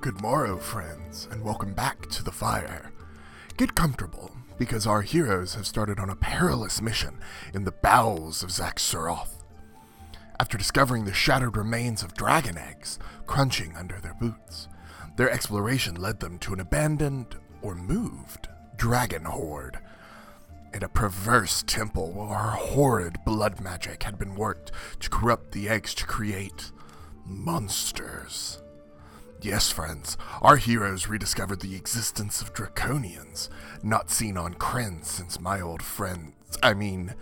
Good morrow, friends, and welcome back to the fire. Get comfortable, because our heroes have started on a perilous mission in the bowels of Zaxxeroth. After discovering the shattered remains of dragon eggs crunching under their boots, their exploration led them to an abandoned or moved dragon horde in a perverse temple where horrid blood magic had been worked to corrupt the eggs to create monsters. Yes, friends, our heroes rediscovered the existence of draconians, not seen on Kren since my old friends. I mean,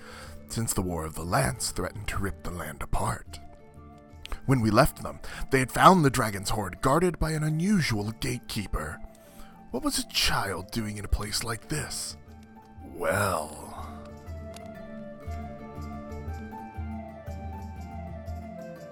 since the War of the Lance threatened to rip the land apart. When we left them, they had found the dragon's hoard guarded by an unusual gatekeeper. What was a child doing in a place like this? Well.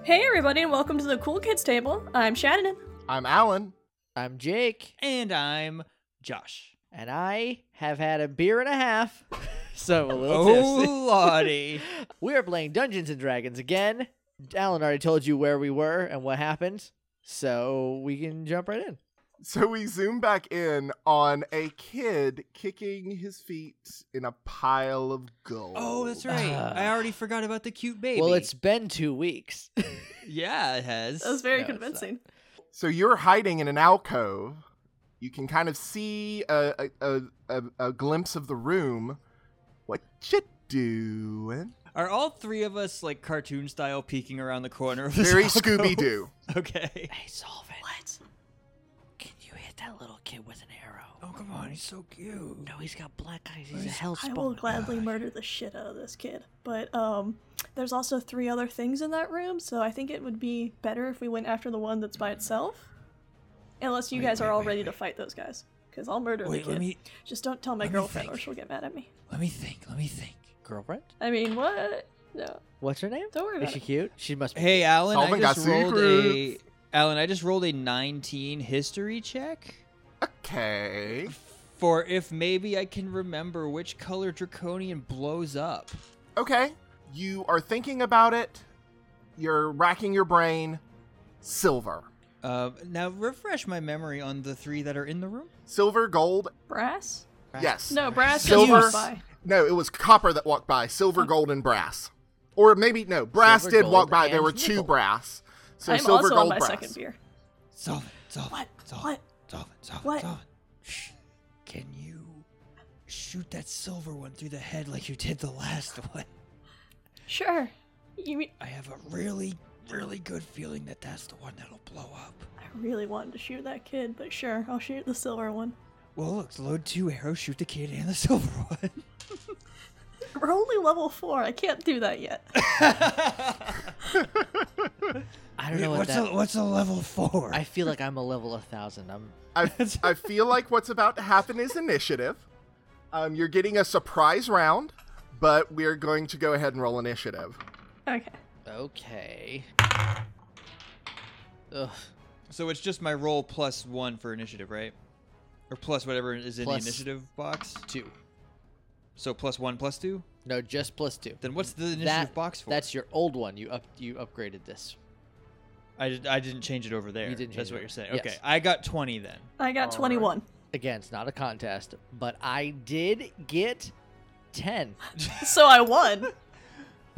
Hey everybody and welcome to the Cool Kids Table. I'm Shannon. I'm Alan. I'm Jake, And I'm Josh. and I have had a beer and a half, so a little tipsy. Oh, Lottie. We are playing Dungeons and Dragons again. Alan already told you where we were and what happened, so we can jump right in. So we zoom back in on a kid kicking his feet in a pile of gold. Oh, that's right. I already forgot about the cute baby. Well, it's been two weeks. yeah, it has. That was very No, it's not. convincing. So you're hiding in an alcove. You can kind of see a a, a, a, a glimpse of the room. What you doing? Are all three of us like cartoon style peeking around the corner of this Very alcove? Scooby Doo. Okay. hey, Solvent, What? can you hit that little kid with an arrow? Oh come on, he's so cute. No, he's got black eyes. He's a hell I will gladly murder the shit out of this kid. But um there's also three other things in that room, so I think it would be better if we went after the one that's by itself. Unless you Wait, guys are wait, all wait, ready to wait. fight those guys. Because I'll murder Wait, the kid. let me Just don't tell my let me girlfriend or think. she'll get mad at me. let me think. Let me think. Girlfriend? I mean what? No. What's her name? Don't worry Is about she it. cute? She must be. Hey, Alan, Solvent I got just rolled a secrets. Alan, I just rolled a 19 history check Okay. for if maybe I can remember which color draconian blows up. Okay. You are thinking about it. You're racking your brain. Silver. Uh, now refresh my memory on the three that are in the room. Silver, gold. Brass? Yes. No, brass Silver. silver. by. No, it was copper that walked by. Silver, gold, and brass. Or maybe no, brass Silver, did walk gold, by. There and were two nickel. brass. So I'm silver, also gold, on my brass. second beer. Solvent, solvent, What? solvent, What? solvent, solvent, What? solvent. Shh. Can you shoot that silver one through the head like you did the last one? Sure. You mean I have a really, really good feeling that that's the one that'll blow up. I really wanted to shoot that kid, but sure, I'll shoot the silver one. Well, look, load two arrows, shoot the kid and the silver one. We're only level four. I can't do that yet. I don't know what what's that. a, what's a level four? I feel like I'm a level a thousand. I'm. I, I feel like what's about to happen is initiative. Um, you're getting a surprise round, but we're going to go ahead and roll initiative. Okay. Okay. Ugh. so it's just my roll plus one for initiative, right? Or plus whatever is in Plus- the initiative box. Two. So plus one, plus two. No, just plus two. Then what's the initiative That- box for? That's your old one. You up. You upgraded this. I, did, I didn't change it over there. You didn't That's change it what over. you're saying. Yes. Okay, I got 20 then. I got All 21. Again, it's not a contest, but I did get ten. So I won.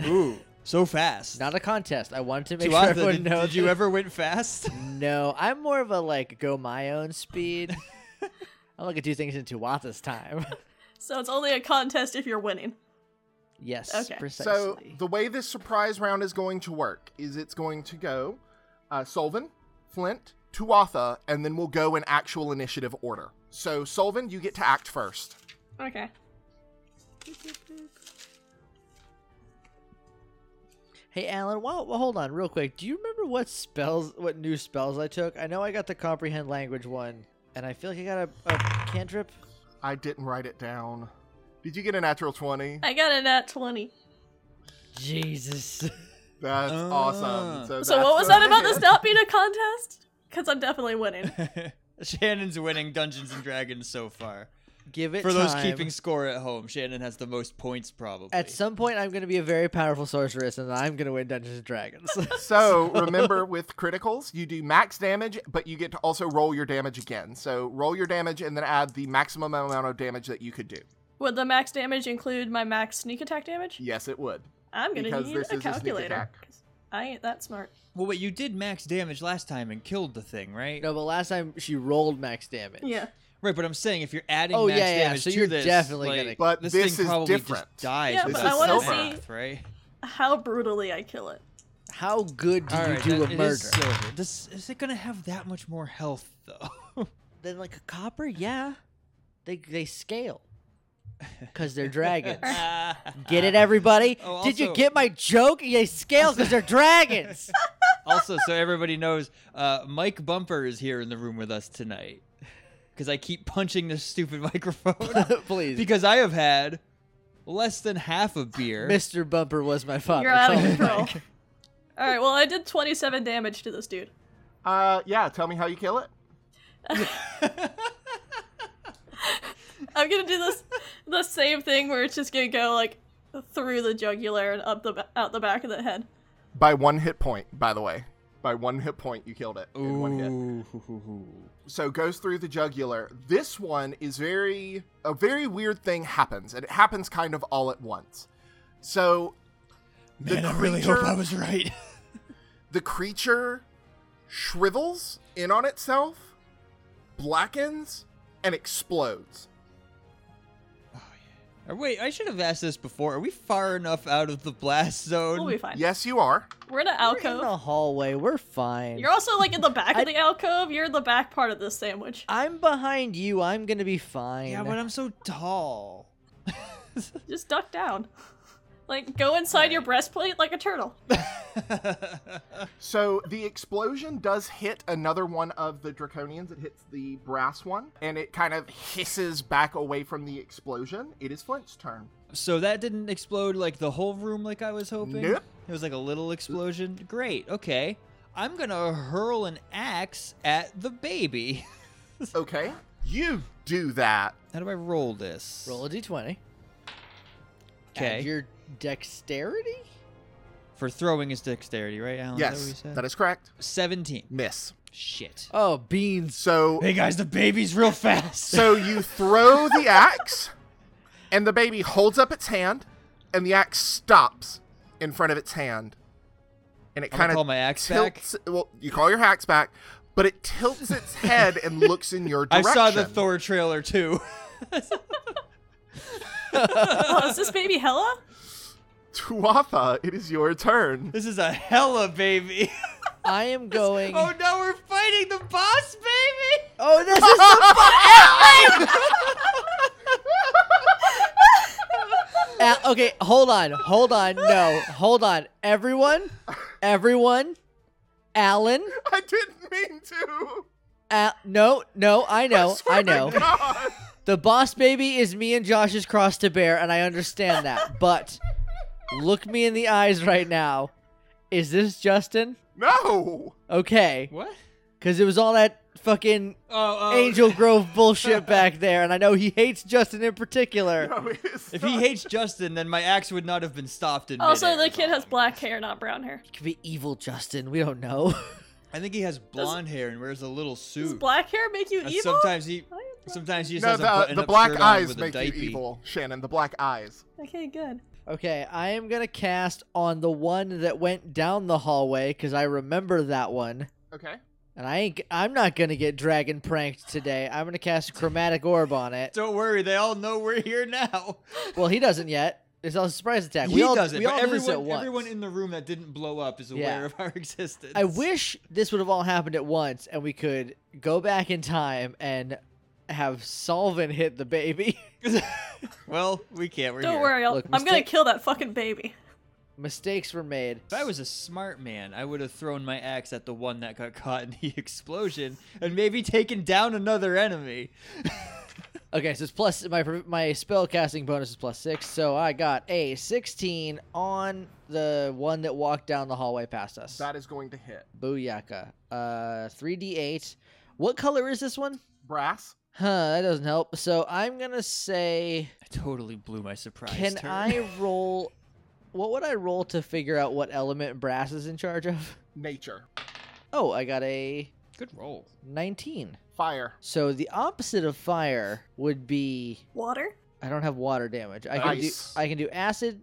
Ooh, so fast. Not a contest. I wanted to To make sure us, everyone did, knows. did you ever win fast? No, I'm more of a like go my own speed. I'm gonna do things in Tuatha's time. So it's only a contest if you're winning. yes, Okay. So, precisely. So the way this surprise round is going to work is it's going to go uh, Solvin, Flint, Tuatha, and then we'll go in actual initiative order. So Solvin, you get to act first. Okay. Hey, Alan. Well, well, hold on, real quick. Do you remember what spells, what new spells I took? I know I got the comprehend language one, and I feel like I got a, a cantrip. I didn't write it down. Did you get a natural twenty? I got a nat 20. Jesus. That's Ah. awesome. So, So that's what was the that about thing. this not being a contest? Because I'm definitely winning. Shannon's winning Dungeons and Dragons so far. Give it For those time. keeping score at home, Shannon has the most points probably. At some point, I'm going to be a very powerful sorceress, and I'm going to win Dungeons and Dragons. So remember, with criticals, you do max damage, but you get to also roll your damage again. So roll your damage and then add the maximum amount of damage that you could do. Would the max damage include my max sneak attack damage? Yes, it would. I'm gonna Because need this a is a sneak calculator. attack. 'cause I ain't that smart. well, wait, you did max damage last time and killed the thing, right? no, but last time she rolled max damage. Yeah. Right, but I'm saying if you're adding Oh, max yeah, yeah, damage so to you're this, definitely like, gonna- But this, this thing is probably different. just dies. Yeah, with but the I wanna math, right? How brutally I kill it. How good do All you right, do a that- it murder? is silver. Does, is it gonna have that much more health though? Then like a copper, yeah. They they scale. Cause they're dragons. get it, everybody? Oh, Did you also- get my joke? They scale because they're dragons. also, so everybody knows, uh, Mike Bumper is here in the room with us tonight because I keep punching this stupid microphone Please, because I have had less than half a beer. Mr. Bumper was my father. You're out of Come on, control. Mike. All right. Well, I did 27 damage to this dude. Uh, yeah. Tell me how you kill it. I'm gonna do this the same thing where it's just gonna go like through the jugular and up the ba- out the back of the head. By one hit point, by the way. By one hit point, you killed it in one hit. Ooh. so goes through the jugular. This one is very a very weird thing happens, and it happens kind of all at once. So the Man, I really hope I creature- was right. the creature shrivels in on itself, blackens, and explodes. Uh, Wait, I should have asked this before. Are we far enough out of the blast zone? We'll be fine. Yes, you are. We're in an We're in the alcove. hallway. We're fine. You're also like in the back I- of the alcove. You're in the back part of this sandwich. I'm behind you. I'm gonna be fine. yeah, but I'm so tall. Just duck down. Like go inside your breastplate like a turtle. So the explosion does hit another one of the draconians. It hits the brass one, and it kind of hisses back away from the explosion. It is Flint's turn. So that didn't explode like the whole room like I was hoping. Nope. It was like a little explosion. Great. Okay. I'm going to hurl an axe at the baby. Okay, you do that. How do I roll this? roll a d20. Okay. Add your dexterity. For throwing his dexterity, right, Alan? yes, Oh, Is that, what you said? that is correct. 17. Miss. Shit. Oh, beans. So Hey guys, the baby's real fast. Oh. So you throw the axe, and the baby holds up its hand, and the axe stops in front of its hand, and it I'm gonna kind of call my axe back. tilts. Well, you call your axe back, but it tilts its head and looks in your I direction. saw the Thor trailer too. oh, is this baby Hella? Tuatha, it is your turn. this is a hella baby. I am going. oh no, we're fighting the boss baby. Oh, this is the fu- Uh, okay, hold on, hold on, no, hold on, everyone, everyone, Alan, I didn't mean to. Al- no, no, I know, I, swear to know. God. The boss baby is me and Josh's cross to bear, and I understand that. But look me in the eyes right now. Is this Justin? No. Okay, What? because it was all that fucking Oh, oh. Angel Grove bullshit back there, and I know he hates Justin in particular. No, it is If not. he hates Justin, then my axe would not have been stopped in Also, midair the is kid all has I'm- black hair, not brown hair. could be evil Justin. We don't know. I think he has blonde hair and wears a little Does suit. black hair make you Uh, evil? Sometimes he, I am black. sometimes he just no, has a the, button the up black shirt on eyes with make a you diaper. evil, Shannon. The black eyes. Okay, good. okay, I am gonna cast on the one that went down the hallway because I remember that one, Okay. and I ain't. I'm not gonna get dragon pranked today. I'm gonna cast chromatic orb on it. Don't worry, they all know we're here now. Well, he doesn't yet. It's all a surprise attack. he we all, doesn't. We all but do this everyone, at once. everyone in the room that didn't blow up is aware Yeah. of our existence. I wish this would have all happened at once, and we could go back in time and have Solvin hit the baby. well, we can't. We're Don't here. worry, I'll, Look, I'm gonna mistake- kill that fucking baby. Mistakes were made. If I was a smart man, I would have thrown my axe at the one that got caught in the explosion and maybe taken down another enemy. Okay, so it's plus my my spell casting bonus is plus six, so I got a sixteen on the one that walked down the hallway past us. That is going to hit Booyaka. Uh, three d eight. What color is this one? brass. Huh, that doesn't help. So I'm gonna say, I totally blew my surprise. can turn. I roll? What would I roll to figure out what element Brass is in charge of? Nature. Oh, I got a Good roll. 19. Fire. So the opposite of fire would be Water? I don't have water damage. I can Ice. do I can do acid.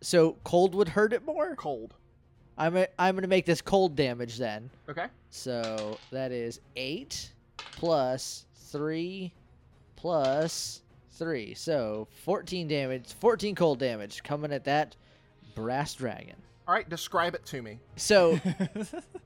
So cold would hurt it more. Cold. I'm i I'm gonna make this cold damage then. Okay. So that is eight plus three plus three. So fourteen damage. Fourteen cold damage coming at that brass dragon. All right. Describe it to me. So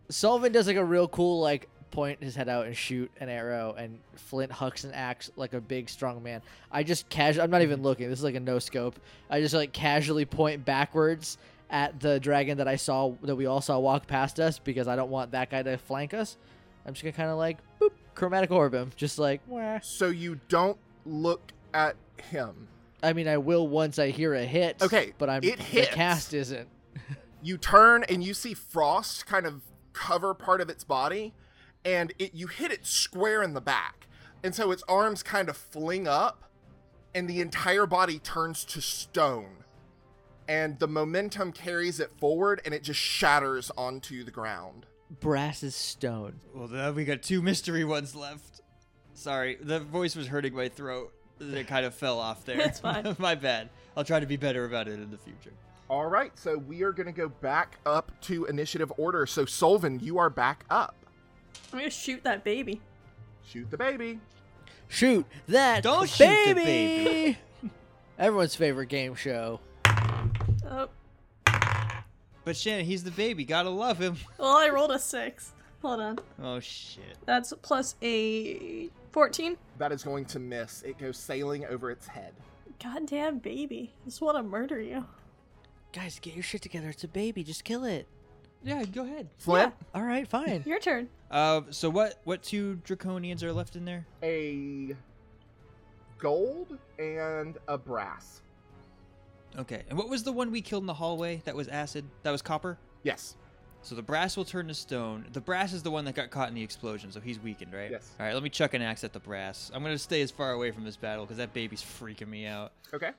Sullivan does like a real cool like point his head out and shoot an arrow and Flint hucks an axe like a big strong man. I just casual I'm not even looking. This is like a no scope. I just like casually point backwards at the dragon that I saw that we all saw walk past us because I don't want that guy to flank us. I'm just gonna kinda like boop chromatic orb him. Just like wah. So you don't look at him. I mean I will once I hear a hit. Okay, But I'm it the hits. cast isn't. You turn and you see frost kind of cover part of its body, and it you hit it square in the back, and so its arms kind of fling up, and the entire body turns to stone, and the momentum carries it forward, and it just shatters onto the ground. Brass is stone. Well, now we got two mystery ones left. Sorry, the voice was hurting my throat. It kind of fell off there. That's fine. my bad. I'll try to be better about it in the future. All right, so we are going to go back up to initiative order. So Solvin, you are back up. I'm gonna shoot that baby. Shoot the baby. Shoot that Don't shoot baby. the baby. Everyone's favorite game show. Oh. But Shannon, he's the baby. Gotta love him. Well, I rolled a six. Hold on. Oh shit. That's plus a 14. That is going to miss. It goes sailing over its head. Goddamn baby. I just wanna murder you. Guys, get your shit together. It's a baby. Just kill it. Yeah, go ahead. Flint, All right, fine. Your turn. Uh, so what? What two draconians are left in there? a gold and a brass. Okay. And what was the one we killed in the hallway? That was acid. That was copper. Yes. So the brass will turn to stone. The brass is the one that got caught in the explosion, so he's weakened, right? Yes. All right, let me chuck an axe at the brass. I'm gonna stay as far away from this battle because that baby's freaking me out. Okay.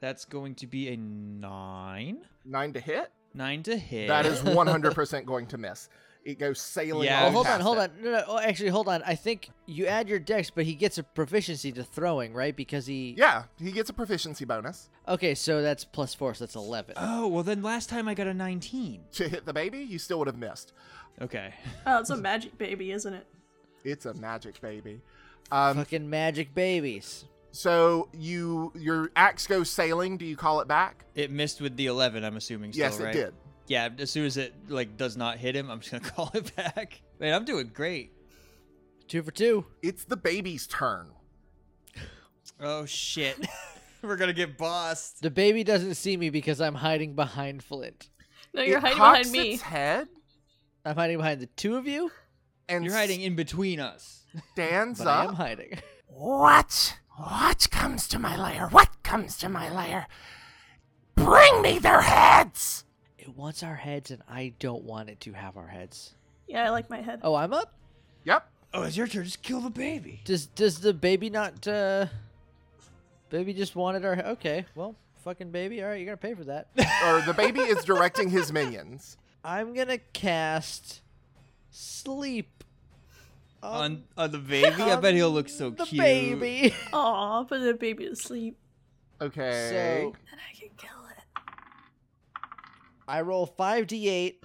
That's going to be a nine. Nine to hit. Nine to hit. That is 100% going to miss. It goes sailing. Yeah, Oh, right hold on, past hold it. on. No, no. Oh, actually, hold on. I think you add your dex, but he gets a proficiency to throwing, right? Because he. Yeah, he gets a proficiency bonus Okay, so that's plus four, so that's eleven. Um, Oh well, then last time I got a nineteen. to hit the baby. You still would have missed. Okay. Oh, it's a magic baby, isn't it? It's a magic baby. Um, Fucking magic babies. so you your axe goes sailing. Do you call it back? It missed with the eleven. I'm assuming. Still, yes, right? it did. Yeah. As soon as it like does not hit him, I'm just gonna call it back. Man, I'm doing great. Two for two. It's the baby's turn. Oh shit. We're gonna get bossed. The baby doesn't see me because I'm hiding behind Flint. No, you're it hiding cocks behind me. Its head I'm hiding behind the two of you, and You're hiding in between us. stands but I am up. hiding. What? What comes to my lair? What comes to my lair? Bring me their heads! It wants our heads, and I don't want it to have our heads. Yeah, I like my head. Oh, I'm up. Yep. Oh, it's your turn. Just kill the baby. Does does the baby not? uh Baby just wanted our. Okay, well, fucking baby. All right, you're gonna pay for that. or the baby is directing his minions. I'm gonna cast sleep Um, on on the baby. I on bet he'll look so the cute. baby. Aw, put the baby to sleep. Okay. so Then I can kill it. I roll five d8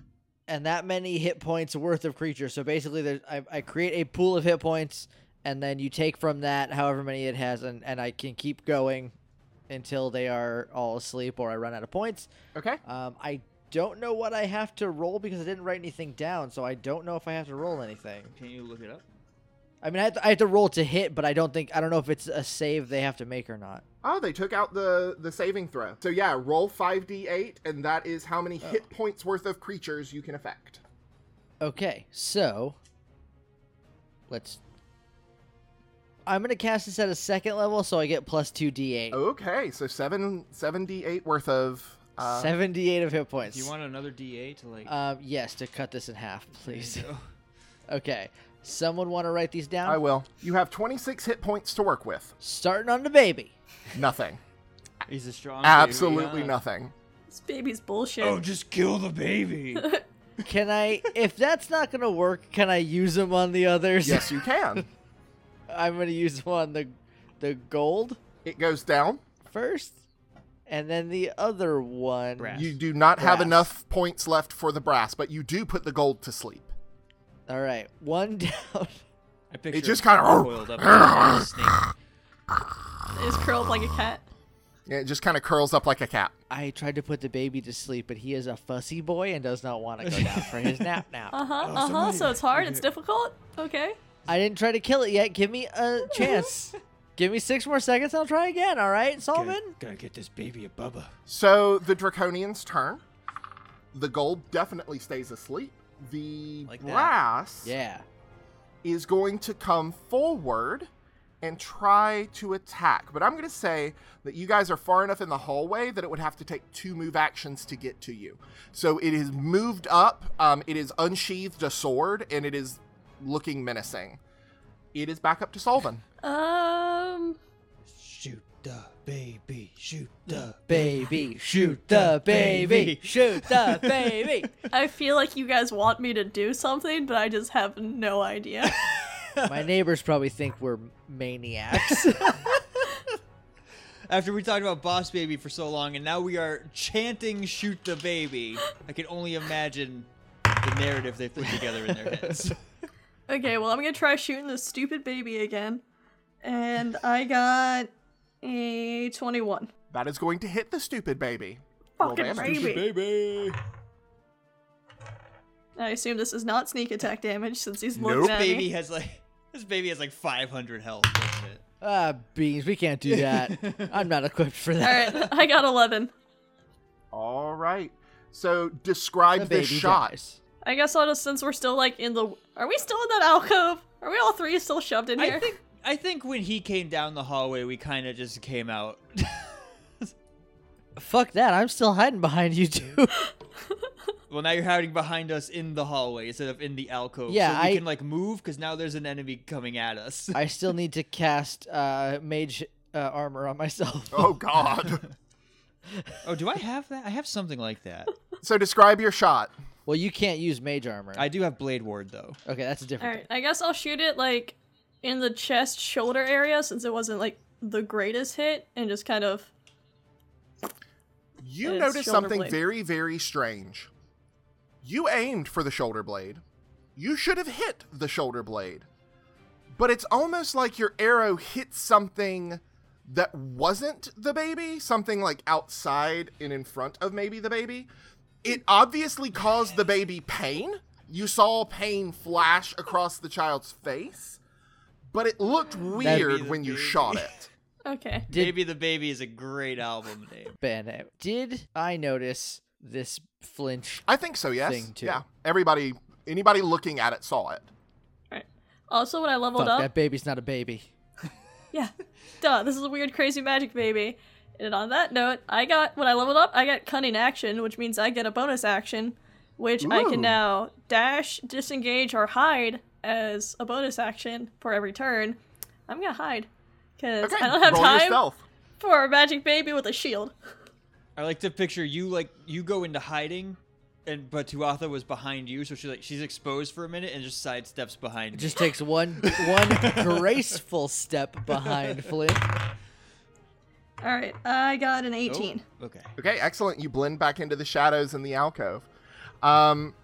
and that many hit points worth of creature. So basically, there's I, I create a pool of hit points, and then you take from that however many it has, and and I can keep going until they are all asleep or I run out of points. okay. Um, I don't know what I have to roll because I didn't write anything down, so I don't know if I have to roll anything. Can you look it up? I mean, I have to, I have to roll to hit, but I don't think I don't know if it's a save they have to make or not. Oh, they took out the the saving throw. So yeah, roll 5d8 and that is how many Oh. hit points worth of creatures you can affect. Okay, so let's. I'm gonna cast this at a second level, so I get plus two d8, Oh, Okay, so 7 7d8 worth of uh, seventy-eight of hit points. Do you want another DA to like? Um, yes, to cut this in half, please. There you go. okay, Someone want to write these down? I will. You have 26 hit points to work with. Starting on the baby. Nothing. He's a strong. Oh, baby, Absolutely huh? nothing. This baby's bullshit. Oh, just kill the baby. Can I, if that's not going to work, can I use them on the others? Yes, you can. I'm going to use them on the, the gold It goes down. first, and then the other one. Brass. You do not have Brass. enough points left for the brass, but you do put the gold to sleep. All right, one down. I picture just him kinda- coiled up like a snake. It's curled like a cat. It just kind of curls up like a cat. I tried to put the baby to sleep, but he is a fussy boy and does not want to go down for his nap now. Uh huh. Uh huh. So it's hard. It's difficult. Okay. I didn't try to kill it yet. Give me a chance. Give me six more seconds. I'll try again. All right, gotta, Solomon. gotta get this baby a bubba. So the draconian's turn. The gold definitely stays asleep. The Like that. brass Yeah. is going to come forward and try to attack. But I'm going to say that you guys are far enough in the hallway that it would have to take two move actions to get to you. So it is moved up, um, it is unsheathed a sword, and it is looking menacing. It is back up to Solvin. Um. Shoot the baby. Shoot the Baby, shoot the baby, shoot the baby. I feel like you guys want me to do something, but I just have no idea. My neighbors probably think we're maniacs. After we talked about Boss Baby for so long, and now we are chanting "Shoot the Baby," I can only imagine the narrative they put together in their heads. okay, well, I'm gonna try shooting this stupid baby again. And I got a 21. That is going to hit the stupid baby. Roll Fucking damage. baby. baby. I assume this is not sneak attack damage since he's Nope. looking at me. Baby has like this baby has like 500 health. doesn't it? ah, beans, we can't do that. I'm not equipped for All that. right, I got 11. All right. So The describe baby this shot. dies. I guess I'll just, since we're still like in the, are we still in that alcove? Are we all three still shoved in I here? think I think when he came down the hallway, we kind of just came out. Fuck that. I'm still hiding behind you two. well, now you're hiding behind us in the hallway instead of in the alcove. Yeah, so we I- can like move because now there's an enemy coming at us. I still need to cast uh, mage uh, armor on myself. Oh, God. oh, do I have that? I have something like that. so describe your shot. Well, you can't use mage armor. I do have Blade Ward though. Okay, that's a All different. right, I guess I'll shoot it like in the chest shoulder area since it wasn't like the greatest hit and just kind of You It's notice shoulder something blade. very, very strange. You aimed for the shoulder blade. You should have hit the shoulder blade. But it's almost like your arrow hit something that wasn't the baby, something like outside and in front of maybe the baby. It obviously caused the baby pain. You saw pain flash across the child's face, but it looked weird the when you baby. shot it. okay. Did- Maybe the baby is a great album name. Ben, did I notice this flinch? I think so, yes. Thing, too. Yeah. Everybody anybody looking at it saw it. Also, when I leveled Fuck, up, that baby's not a baby. yeah, duh, this is a weird, crazy magic baby. And on that note, I got when I leveled up, I got cunning action, which means I get a bonus action, which I Ooh. can now dash, disengage, or hide as a bonus action for every turn. I'm gonna hide because Okay, I don't have roll your time stealth. for a magic baby with a shield. I like to picture you like you go into hiding, and but Tuatha was behind you, so she's like she's exposed for a minute and just sidesteps behind. It you. just takes one one graceful step behind Flint. All right, I got an 18. Oh, okay. Okay, excellent. You blend back into the shadows in the alcove. Um,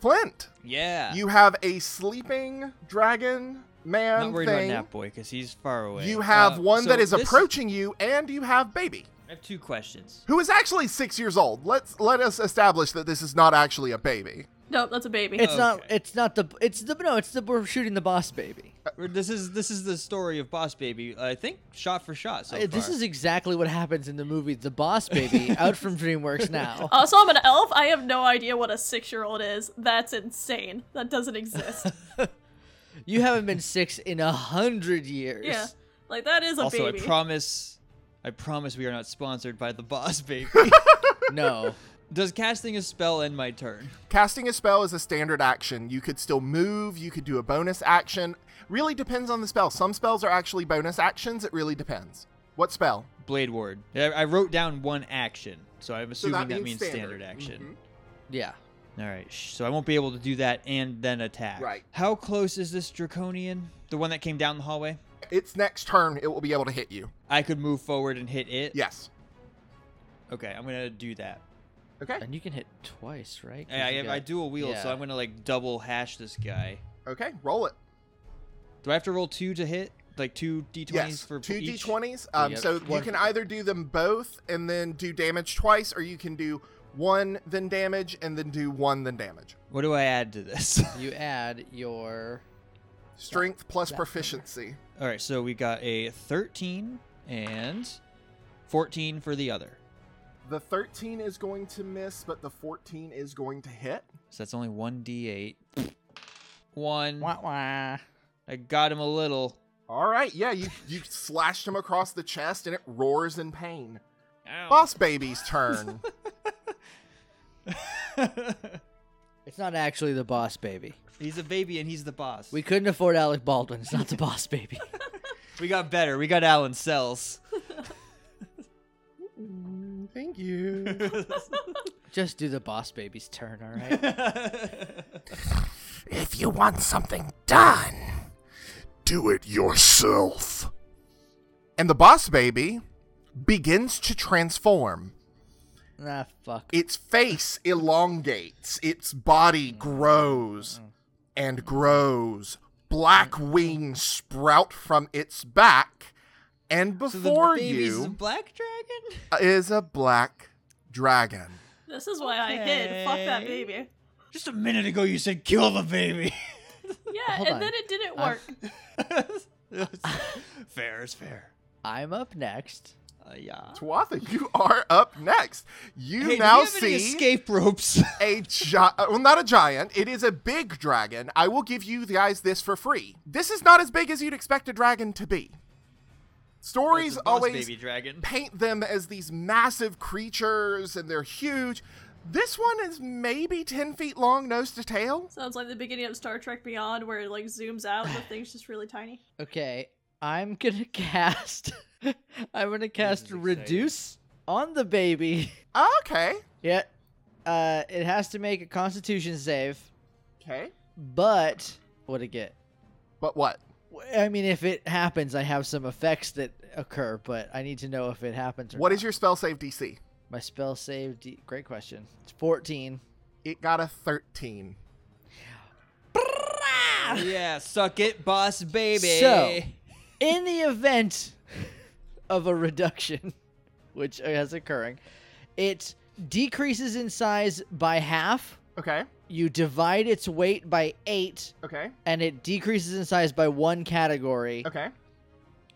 Flint, Yeah. you have a sleeping dragon man not worried thing. about Nap Boy because he's far away. You have Uh, one so that is this- approaching you, and you have baby, I have two questions. who is actually six years old. Let's let us establish that this is not actually a baby. Nope, that's a baby. It's not. Okay. It's not the. It's the. No, it's the. We're shooting the boss baby. We're- This is this is the story of Boss Baby. I think shot for shot. So Uh, This far. is exactly what happens in the movie The Boss Baby, out from DreamWorks now. Also, Uh, I'm an elf. I have no idea what a six year old is. That's insane. That doesn't exist. You haven't been six in a hundred years. yeah. Like, that is a also baby. I promise. I promise we are not sponsored by the Boss Baby. No. Does casting a spell end my turn? Casting a spell is a standard action. You could still move, you could do a bonus action. Really depends on the spell. Some spells are actually bonus actions. It really depends. What spell? Blade Ward. I, I wrote down one action, so I'm assuming that, means standard, action. Yeah. All right, sh- so I won't be able to do that and then attack. Right. How close is this draconian? The one that came down the hallway? Mhm. Its next turn, it will be able to hit you. I could move forward and hit it. Yes. Okay, I'm gonna do that. Okay. And you can hit twice, right? 'Cause I, you I, I got- do a wheel, so yeah. I'm gonna like double hash this guy. Okay. Roll it. Do I have to roll two to hit? Like two d20s Yes. for Two each? d20s. Um, Yep. So you One- can either do them both and then do damage twice, or you can do one then damage and then do one then damage. What do I add to this? You add your. Strength plus that number. proficiency. All right, so we got a 13 and 14 for the other. The 13 is going to miss, but the 14 is going to hit. So that's only one d8. One. wah. I got him a little. All right, yeah, you you slashed him across the chest, and it roars in pain. Ow. Boss baby's turn. It's not actually the boss baby. he's a baby and he's the boss. We couldn't afford Alec Baldwin. It's not the boss baby. we got better. We got Alan Sells. Thank you. Just do the boss baby's turn, all right? If you want something done, do it yourself. And the boss baby begins to transform. nah, fuck. Its face elongates, its body grows and grows. Black wings sprout from its back, and so before the baby's a you black dragon? is a black dragon. This is why I hid. Fuck that Okay. baby. Just a minute ago, you said kill the baby. Yeah, Hold and on. then it didn't work. I've- fair is fair. I'm up next. Uh, yeah. Tuatha, you are up next. You Hey, do now we have any see escape ropes. a giant. Well, not a giant. It is a big dragon. I will give you guys this for free. This is not as big as you'd expect a dragon to be. Stories It's a boss always baby dragon. paint them as these massive creatures and they're huge. This one is maybe 10 feet long, nose to tail. Sounds like the beginning of Star Trek Beyond, where it like zooms out and the thing's just really tiny. Okay, I'm gonna cast. I'm gonna cast exciting. reduce on the baby. Okay. yeah, uh, it has to make a Constitution save, Okay. but what'd it get? But what? W- I mean, if it happens, I have some effects that occur, but I need to know if it happens or What not. is your spell save DC? my spell save? D- Great question. It's 14. It got a 13. yeah, suck it, boss baby. So- in the event of a reduction, which is occurring, it decreases in size by half. Okay. You divide its weight by eight, Okay. and it decreases in size by one category. Okay.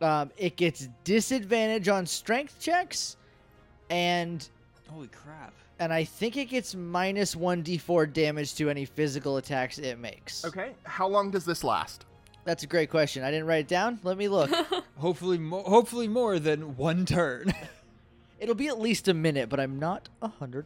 Um, it gets disadvantage on strength checks, and Holy crap. and I think it gets minus one d4 damage to any physical attacks it makes. Okay. How long does this last? That's a great question. I didn't write it down. Let me look. Hopefully, mo- hopefully more than one turn. It'll be at least a minute, but I'm not 100%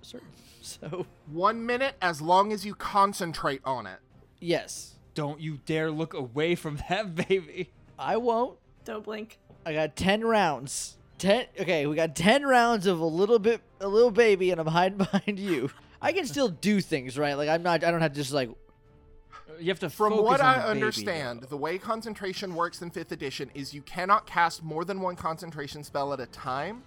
certain. So, One minute as long as you concentrate on it. yes, Don't you dare look away from that baby. I won't. Don't blink. I got 10 rounds. 10 Okay, we got 10 rounds of a little bit a little baby and I'm hiding behind you. I can still do things, right? Like I'm not I don't have to just like You have to From focus what on I the baby, understand, though. the way concentration works in 5th edition is you cannot cast more than one concentration spell at a time,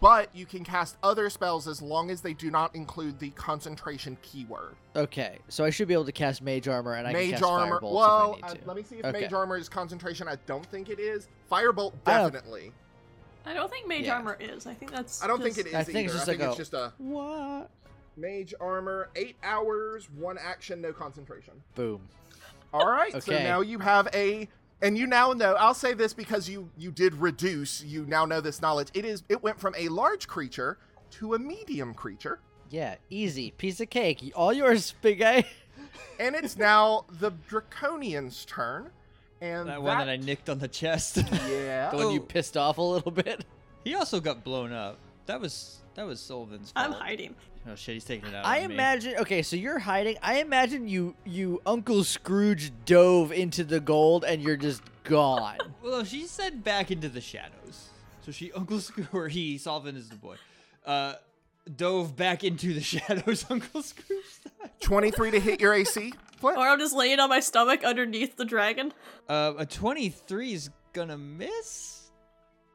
but you can cast other spells as long as they do not include the concentration keyword. okay, so I should be able to cast mage armor and I can Mage cast armor. firebolts Well, if I uh, need to. let me see if Okay. mage armor is concentration. I don't think it is. Firebolt I don't- definitely. I don't think mage Yeah. armor is. I think that's. I don't think it is just- I think it's either. just I think like it's a- just a What? mage armor, eight hours, one action, no concentration. Boom. All right. So Okay. now you have a and you now know. I'll say this because you you did reduce. You now know this knowledge. It is it went from a large creature to a medium creature Yeah, easy. Piece of cake. All yours, big guy. and it's now the draconian's turn. And That one that I nicked on the chest. yeah. the one you Oh. pissed off a little bit. he also got blown up. That was that was Sylvan's fault. I'm hiding. Oh shit, he's taking it out. I on me. imagine. Okay, so you're hiding. I imagine you you Uncle Scrooge dove into the gold and you're just gone. Well, she said back into the shadows. So she, Uncle Scrooge, or he, Solvin is the boy, uh, dove back into the shadows, Uncle Scrooge. style. 23 to hit your AC, Flint? Or I'm just laying on my stomach underneath the dragon. Uh, a 23 is gonna miss?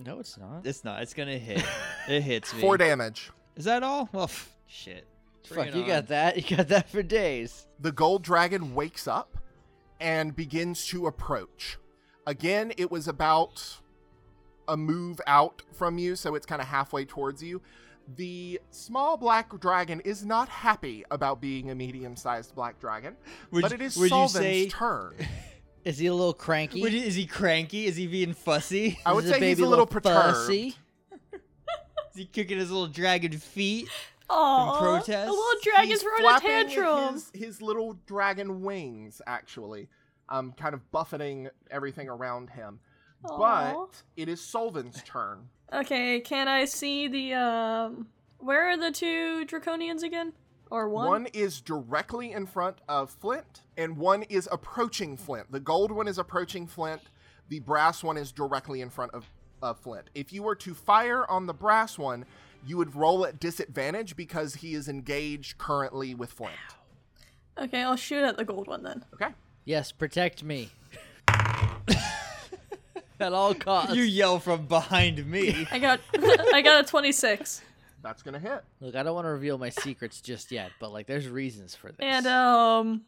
no, it's not. It's not. It's gonna hit. It hits me. Four damage. Is that all? Well, pff, shit. Bring Fuck, it you got on. that. You got that for days. The gold dragon wakes up and begins to approach. Again, it was about a move out from you, so it's kind of halfway towards you. The small black dragon is not happy about being a medium sized black dragon, Would, but it is would you Solvin's say? turn. Is he a little cranky? Would you- is he cranky? Is he being fussy? I Is would the say he's baby a little perturbed. fussy? Is he kicking his little dragon feet? Oh, protest? the little dragon's He's throwing a flapping with tantrum. His, his little dragon wings, actually, um, kind of buffeting everything around him. Aw. But it is Solvin's turn. Okay, can I see the um? Where are the two draconians again? Or one? One is directly in front of Flint, and one is approaching Flint. The gold one is approaching Flint. The brass one is directly in front of uh, Flint. If you were to fire on the brass one, you would roll at disadvantage because he is engaged currently with Flint. Okay, I'll shoot at the gold one then. Okay. Yes, protect me. At all costs. You yell from behind me. I got I got a 26. That's going to hit. Look, I don't want to reveal my secrets just yet, but like, there's reasons for this. And um,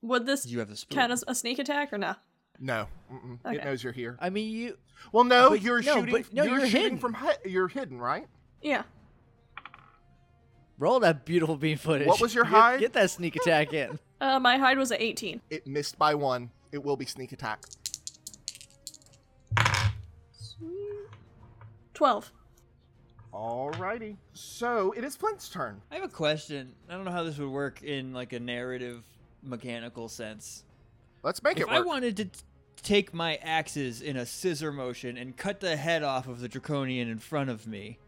would this you have the spoon. count as a sneak attack or not? No. Mm-mm. It Okay. knows you're here. I mean, you. Well, no, But- you're no, shooting. but- no, you're, you're shooting hidden. from. Hi- you're hidden, right? Yeah. Roll that beautiful beam footage. What was your Get- hide? Get that sneak attack in. Uh, my hide was an 18. It missed by one. It will be sneak attack. 12. Alrighty. So it is Flint's turn. I have a question. I don't know how this would work in like a narrative mechanical sense. Let's make if it work. I wanted to t- take my axes in a scissor motion and cut the head off of the draconian in front of me,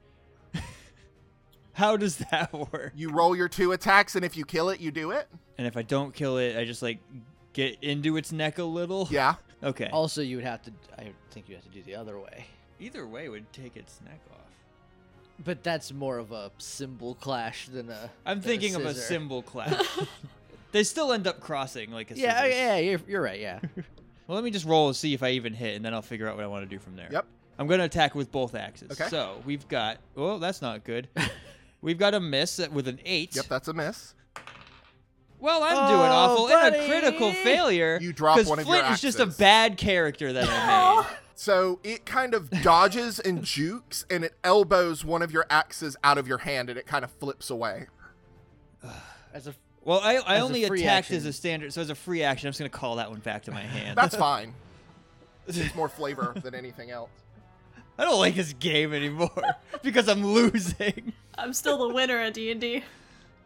how does that work? you roll your two attacks, and if you kill it, you do it. And if I don't kill it, I just like get into its neck a little. Yeah. Okay. Also, you would have to. I think you have to do the other way. Either way would take its neck off. But that's more of a symbol clash than a. I'm than thinking of a scissor. symbol clash. they still end up crossing like a Yeah, scissors. yeah, you're, you're right. Yeah. Well, let me just roll and see if I even hit, and then I'll figure out what I want to do from there. Yep. I'm going to attack with both axes. Okay. So we've got. Oh, that's not good. we've got a miss at- with an eight. Yep. That's a miss. Well, I'm Oh, doing awful and buddy. a critical failure. You drop 'cause one of your Flint is just a axes. bad character that I made. So it kind of dodges and jukes, and it elbows one of your axes out of your hand, and it kind of flips away. As a. Well, I, I As a only free attacked as action. a standard, so as a free action, I'm just gonna call that one back to my hand. That's fine. It's more flavor than anything else. I don't like this game anymore because I'm losing. I'm still the winner at D&D.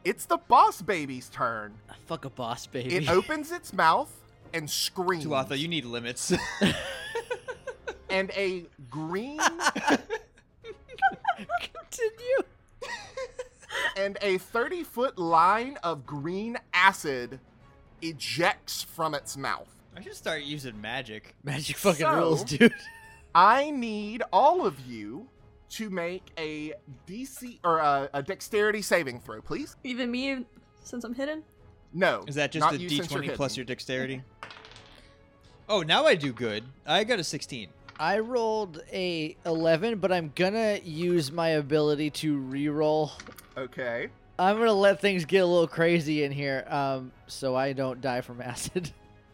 It's the boss baby's turn. Fuck a boss, baby. It opens its mouth and screams. Tuatha, you need limits. and a green Continue. and a 30 foot line of green acid ejects from its mouth. I should start using magic. Magic fucking So- rules, dude. I need all of you to make a DC or a, a dexterity saving throw, please. Even me since I'm hidden. No. Is that just not a you since you're d20 plus your hidden. dexterity? Oh, now I do good. I got a 16. I rolled a 11, but I'm gonna use my ability to re-roll. Okay. I'm gonna let things get a little crazy in here, um, so I don't die from acid.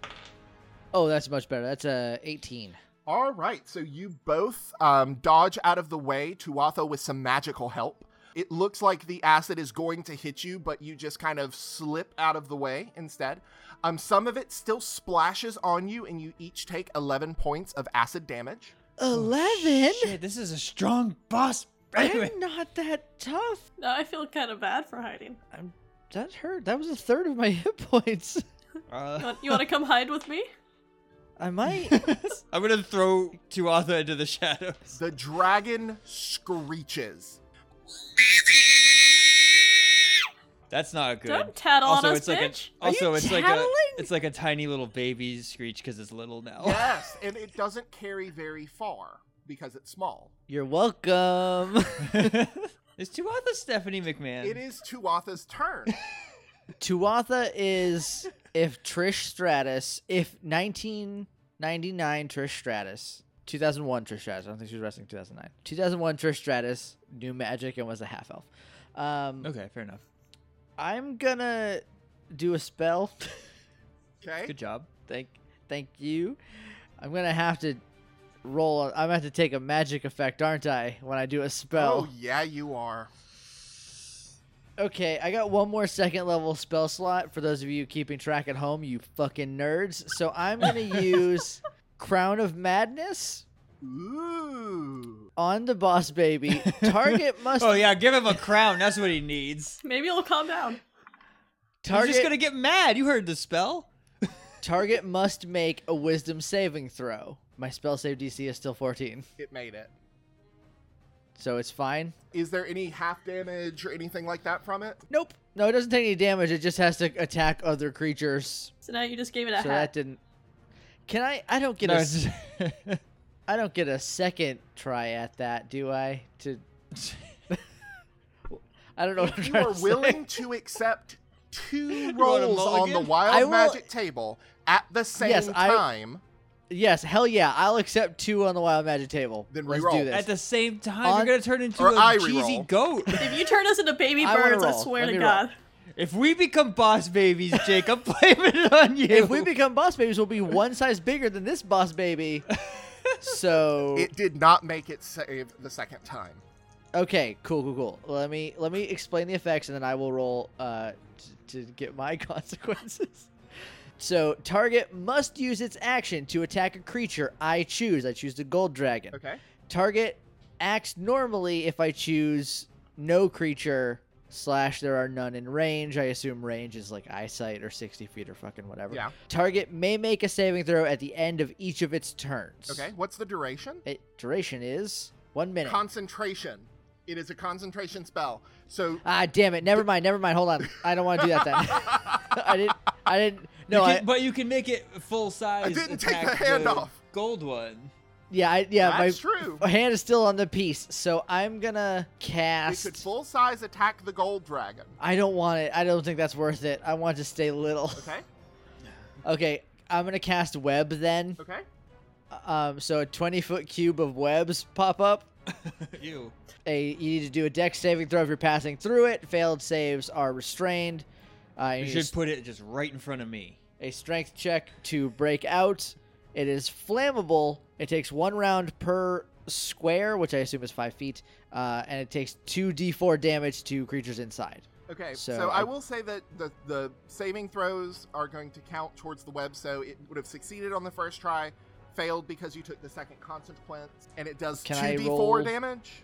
oh, that's much better. That's a 18. All right, so you both um, dodge out of the way, Tuatha, with some magical help. It looks like the acid is going to hit you, but you just kind of slip out of the way instead. Um, some of it still splashes on you, and you each take 11 points of acid damage. Oh, 11? Shit, this is a strong boss. Anyway, I'm not that tough. Now I feel kind of bad for hiding. I'm, that hurt. That was a third of my hit points. You uh, want, you want to come hide with me? I might. I'm gonna throw Tuatha into the shadows. The dragon screeches That's not good. Don't tattle also, on us, it's like bitch. A, also, you it's like tattling? a it's like a tiny little baby screech because it's little now. Yes, and it doesn't carry very far because it's small. You're welcome. There's two other Stephanie McMahon. It is Tuatha's turn. Tuatha is if Trish Stratus, if 1999 Trish Stratus, 2001 Trish Stratus. I don't think she was wrestling 2009. 2001 Trish Stratus knew magic and was a half elf. Um, Okay, fair enough. I'm gonna do a spell. Okay. Good job. thank, thank you. I'm gonna have to roll. I'm gonna have to take a magic effect, aren't I? When I do a spell. Oh yeah, you are. Okay, I got one more second level spell slot for those of you keeping track at home, you fucking nerds. So I'm going to use Crown of Madness Ooh. on the boss baby. Target must Oh yeah, give him a crown. That's what he needs. Maybe it'll calm down. target He's just gonna get mad. You heard the spell. target must make a wisdom saving throw. My spell save DC is still 14, It made it. so it's fine. Is there any half damage or anything like that from it? Nope. No, it doesn't take any damage. It just has to attack other creatures. So now you just gave it a So that hat. didn't Can I I don't get No, a it's s- just- I don't get a second try at that, do I? To I don't know what I'm If you trying are to say. willing to accept two want a rolls on the mulligan? wild I will- magic table at the same Yes, I- time, Yes, hell yeah, I'll accept two on the wild magic table. Then Let's reroll. do this. At the same time, On- you're gonna turn into Or I a cheesy re-roll. goat. If you turn us into baby I wanna birds, I roll. swear Let to me roll. God. if we become boss babies, Jake, I'm blaming it on you. if we become boss babies, we'll be one size bigger than this boss baby. so it did not make it save the second time. okay, cool, cool, cool. Let me let me explain the effects, and then I will roll uh, t- to get my consequences. So target must use its action to attack a creature I choose. I choose the gold dragon. Okay. Target acts normally if I choose no creature slash there are none in range. I assume range is like eyesight or 60 feet or fucking whatever. Yeah. Target may make a saving throw at the end of each of its turns. Okay. What's the duration? It, duration is one minute. Concentration. It is a concentration spell. So ah, damn it. Never mind. Never mind. Hold on. I don't want to do that then. I didn't. I didn't. No, You I, can- but you can make it full size. I didn't take attack the hand off. Gold one. yeah, I, yeah. that's my true. hand is still on the piece, so I'm gonna It cast. could full size attack the gold dragon. I don't want it. I don't think that's worth it. I want to stay little. Okay. Okay, I'm gonna cast web then. Okay. Um, so a 20 foot cube of webs pop up. Ew. A, you need to do a dex saving throw if you're passing through it. Failed saves are restrained. Uh, You you should s- put it just right in front of me. a strength check to break out. It is flammable. It takes one round per square, which I assume is five feet, uh, and it takes two d4 damage to creatures inside. Okay, So so, I- I will say that the, the saving throws are going to count towards the web, so it would have succeeded on the first try, failed because you took the second consequence, and it does Can I 2d4 roll- damage.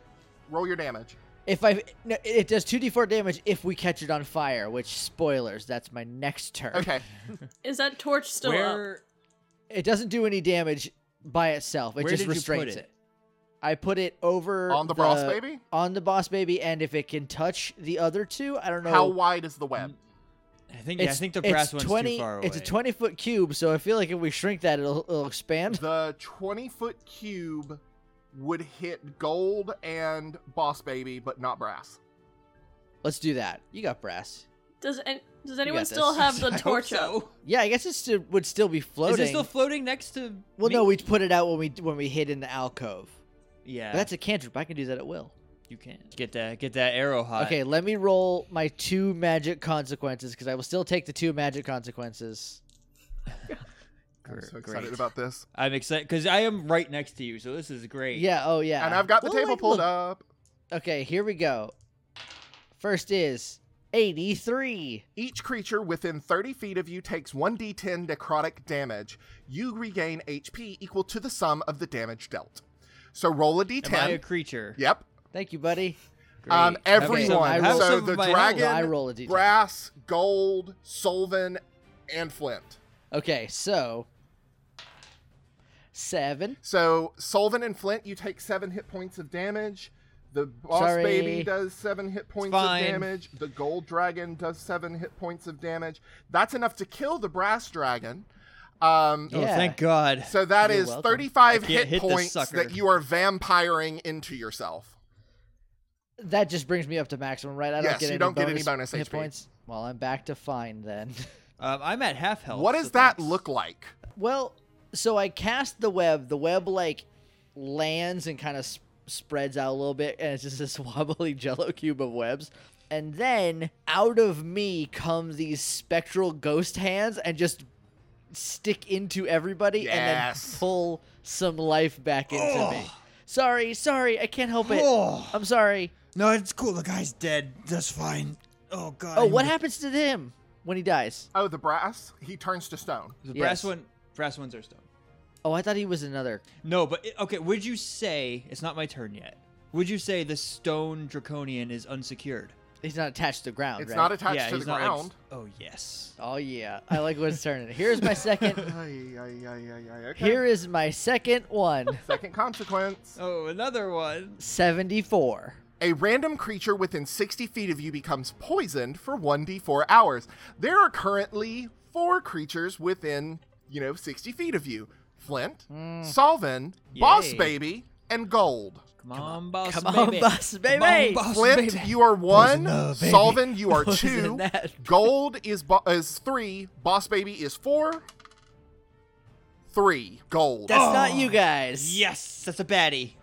Roll your damage. If I no, it does two d4 damage if we catch it on fire, which spoilers, that's my next turn. Okay, Is that torch still up? Where It doesn't do any damage by itself. It Where just did you put restrains it? it? I put it over on the boss, baby? On the boss baby, and if it can touch the other two, I don't know. How wide is the web? I think yeah, I It's- think the it's brass one's 20 too far away. It's a twenty foot cube, so I feel like if we shrink that, it'll, it'll expand. the 20 foot cube would hit gold and boss, baby, but not brass. Let's do that. You got brass. Does an- does anyone got still this. have the I hope torch so. up? Yeah, I guess it still, would still be Is floating. it still floating next to? well, me? no, we put it out when we when we hid in the alcove. Yeah, But that's a cantrip. I can do that at will. you can get that get that arrow hot. Okay, let me roll my two magic consequences because I will still take the two magic consequences. I'm so great. excited about this. I'm excited because I am right next to you, so this is great. Yeah. Oh, yeah. And I've got the Well, table like, pulled look- up. Okay, here we go. First is 83. Each creature within 30 feet of you takes 1d10 necrotic damage. You regain HP equal to the sum of the damage dealt. So roll a Am I a d10. creature? Yep. Thank you, buddy. Um, Great. Have some- everyone. have so some of the my So I dragon, roll a d10. brass, gold, solven, and flint. okay, so 7. So Solvin and Flint, you take seven hit points of damage. The boss Sorry. baby does seven hit points of fine. damage. The gold dragon does seven hit points of damage. That's enough to kill the brass dragon. Um, Oh, Yeah. thank God. So that You're is welcome. 35 I can't hit, hit this points sucker. that you are vampiring into yourself. That just brings me up to maximum, right? I don't Yes, get you any don't get bonus any bonus hit HP. points. Well, I'm back to fine then. Um, I'm at half health. what so does that thanks. look like? Well, so I cast the web. The web like lands and kind of sp- spreads out a little bit, and it's just this wobbly jello cube of webs. And then out of me come these spectral ghost hands and just stick into everybody and Yes. then pull some life back into me. Sorry, sorry, I can't help it. Oh, I'm sorry. no, it's cool. The guy's dead. That's fine. Oh god. Oh, I'm what just- happens to him when he dies? Oh, the brass? He turns to stone. The brass Yes. one, brass ones are stone. Oh, I thought he was another. No, but it, okay. Would you say it's not my turn yet? Would you say the stone draconian is unsecured? He's not attached to the ground. It's right? not attached yeah, to he's the not like s- ground. oh yes. Oh yeah, I like what's turning. Here's my second. Ay, ay, ay, ay, ay, okay. Here is my second one. Second consequence. Oh, another one. Seventy-four. A random creature within 60 feet of you becomes poisoned for 1d4 hours. There are currently four creatures within, you know, 60 feet of you Flint, Solvin, Boss Hmm. Yay. Baby, and Gold. Come on, boss. Come baby. on, boss baby. boss Flint, baby. you are one. uh, no, baby. Solvin, you are Poison two. that. Gold is bo- is three. Boss Baby is four. Three gold. That's not you guys. Yes, that's a baddie.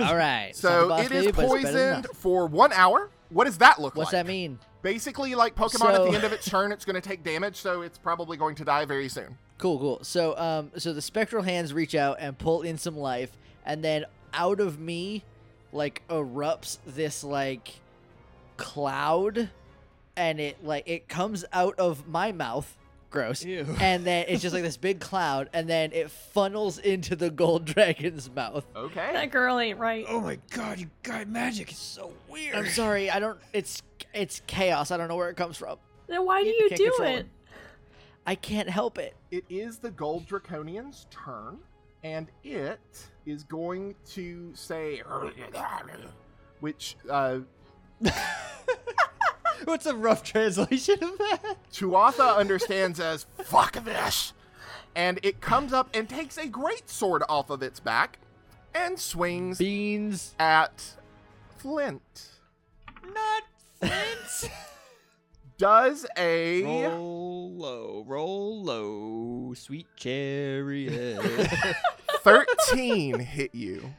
All right. so it is poisoned for one hour. What does that look What's like? that mean? Basically, like Pokemon at So- the end of its turn, it's going to take damage, so it's probably going to die very soon. Cool, cool. So, um, so the spectral hands reach out and pull in some life, and then out of me, like erupts this like cloud, and it like it comes out of my mouth. Gross. Ew. And then it's just like this big cloud, and then it funnels into the gold dragon's mouth. Okay. That girl ain't right. Oh my god, you guy magic is so weird. I'm sorry, I don't. It's it's chaos. I don't know where it comes from. Then why do You you can't do control it? him. I can't help it. It is the Gold Draconian's turn, and it is going to say, which uh, What's a rough translation of that? Tuatha understands as fuck this. And it comes up and takes a great sword off of its back and swings Beans. at Flint. Not Flint. Does a roll low, roll low, sweet chariot. 13 hit you?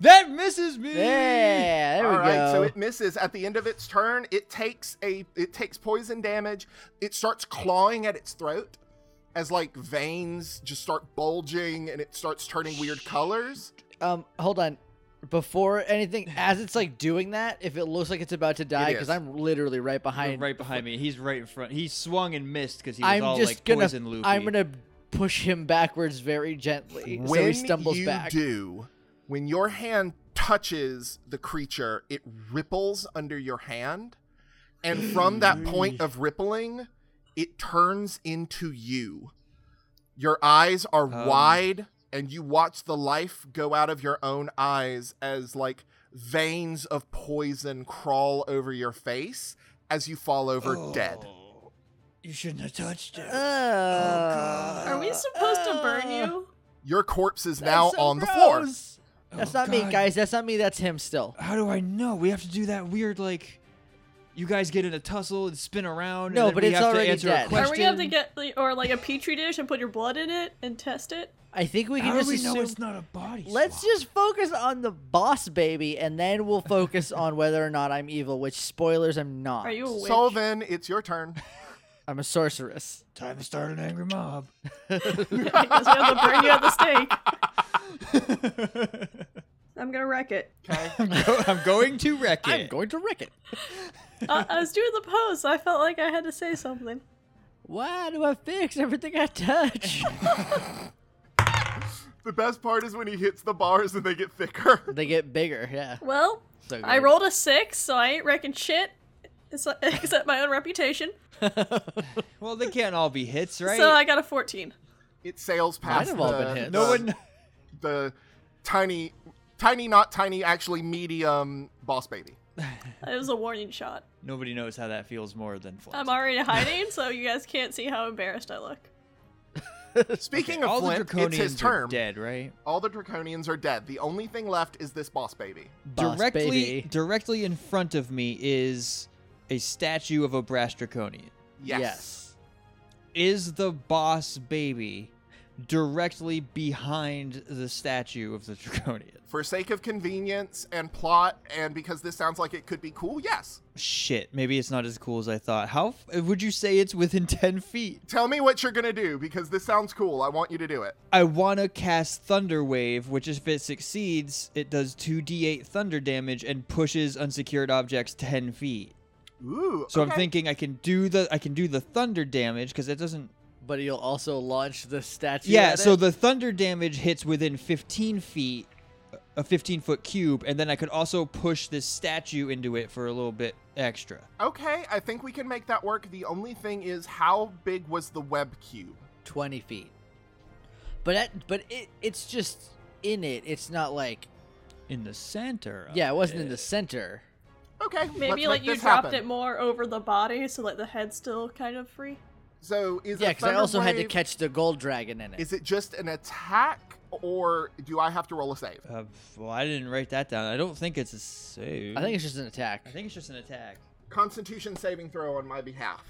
that misses me. Yeah, there All we right, go. so it misses. At the end of its turn, it takes a it takes poison damage. It starts clawing at its throat as like veins just start bulging and it starts turning weird colors. Um, hold on. Before anything, as it's like doing that, if it looks like it's about to die, is. because I'm literally right You're behind. right behind me. He's right in front. He swung and missed because he was I'm all just like gonna. poison loopy. I'm gonna push him backwards very gently, when so he stumbles you back. do, when your hand touches the creature, it ripples under your hand, and from that point of rippling, it turns into you. Your eyes are Um. wide, and you watch the life go out of your own eyes as like veins of poison crawl over your face as you fall over dead. Oh, You shouldn't have touched Oh, it. Uh, Are we supposed to burn uh, you? Your corpse is that's now so on the floor. gross. Oh, That's not me, God. guys. That's not me. That's him still. How do I know? We have to do that weird like. You guys get in a tussle and spin around. No, and then but we it's have already to answer dead. Are A Are question. we gonna have to get like, or like a petri dish and put your blood in it and test it? I think we can How do just we know assume. it's not a body? Let's just focus on the boss baby, and then we'll focus on whether or not I'm evil. Which spoilers, I'm not. Are you a witch? Solvin, it's your turn. I'm a sorceress. time to start an angry mob. I guess we have to burn you at the stake. I'm gonna wreck it. I'm going to wreck it. I'm going to wreck it. Uh, I was doing the pose, so I felt like I had to say something. Why do I fix everything I touch? The best part is when he hits the bars and they get thicker. they get bigger, yeah. Well, So I great. rolled a six, so I ain't wrecking shit. It's- Except my own reputation. Well, they can't all be hits, right? So I got a 14. it sails past have all the, been hits. no the- one. the tiny tiny not tiny actually medium boss baby. It was a warning shot. Nobody knows how that feels more than Flint. I'm already hiding, so you guys can't see how embarrassed I look. Speaking All of the Flint, draconians it's his are term. dead, right? All the draconians are dead. The only thing left is this boss baby. Boss directly, baby. directly in front of me is a statue of a brass draconian. Yes. Is the boss baby directly behind the statue of the draconian? For sake of convenience and plot, and because this sounds like it could be cool, yes. Shit, maybe it's not as cool as I thought. How f- would you say it's within ten feet? Tell me what you're gonna do because this sounds cool. I want you to do it. I want to cast Thunder Wave, which if it succeeds, it does 2d8 thunder damage and pushes unsecured objects 10 feet. Ooh. So I'm okay. thinking I can do the I can do the thunder damage because it doesn't. But you'll also launch the statue. Yeah. at So it? the thunder damage hits within 15 feet, a 15 foot cube, and then I could also push this statue into it for a little bit extra. Okay, I think we can make that work. The only thing is, how big was the web cube? twenty feet. But that, but it, it's just in it. It's not like In the center. of yeah, it wasn't in the it. center. Okay, let's Maybe make like you this dropped happen. it more over the body, so like the head's still kind of free. So is Yeah, a because I also had to Thunderwave- catch the gold dragon in it. Is it just an attack, or do I have to roll a save? Uh, well, I didn't write that down. I don't think it's a save. I think it's just an attack. I think it's just an attack. Constitution saving throw on my behalf.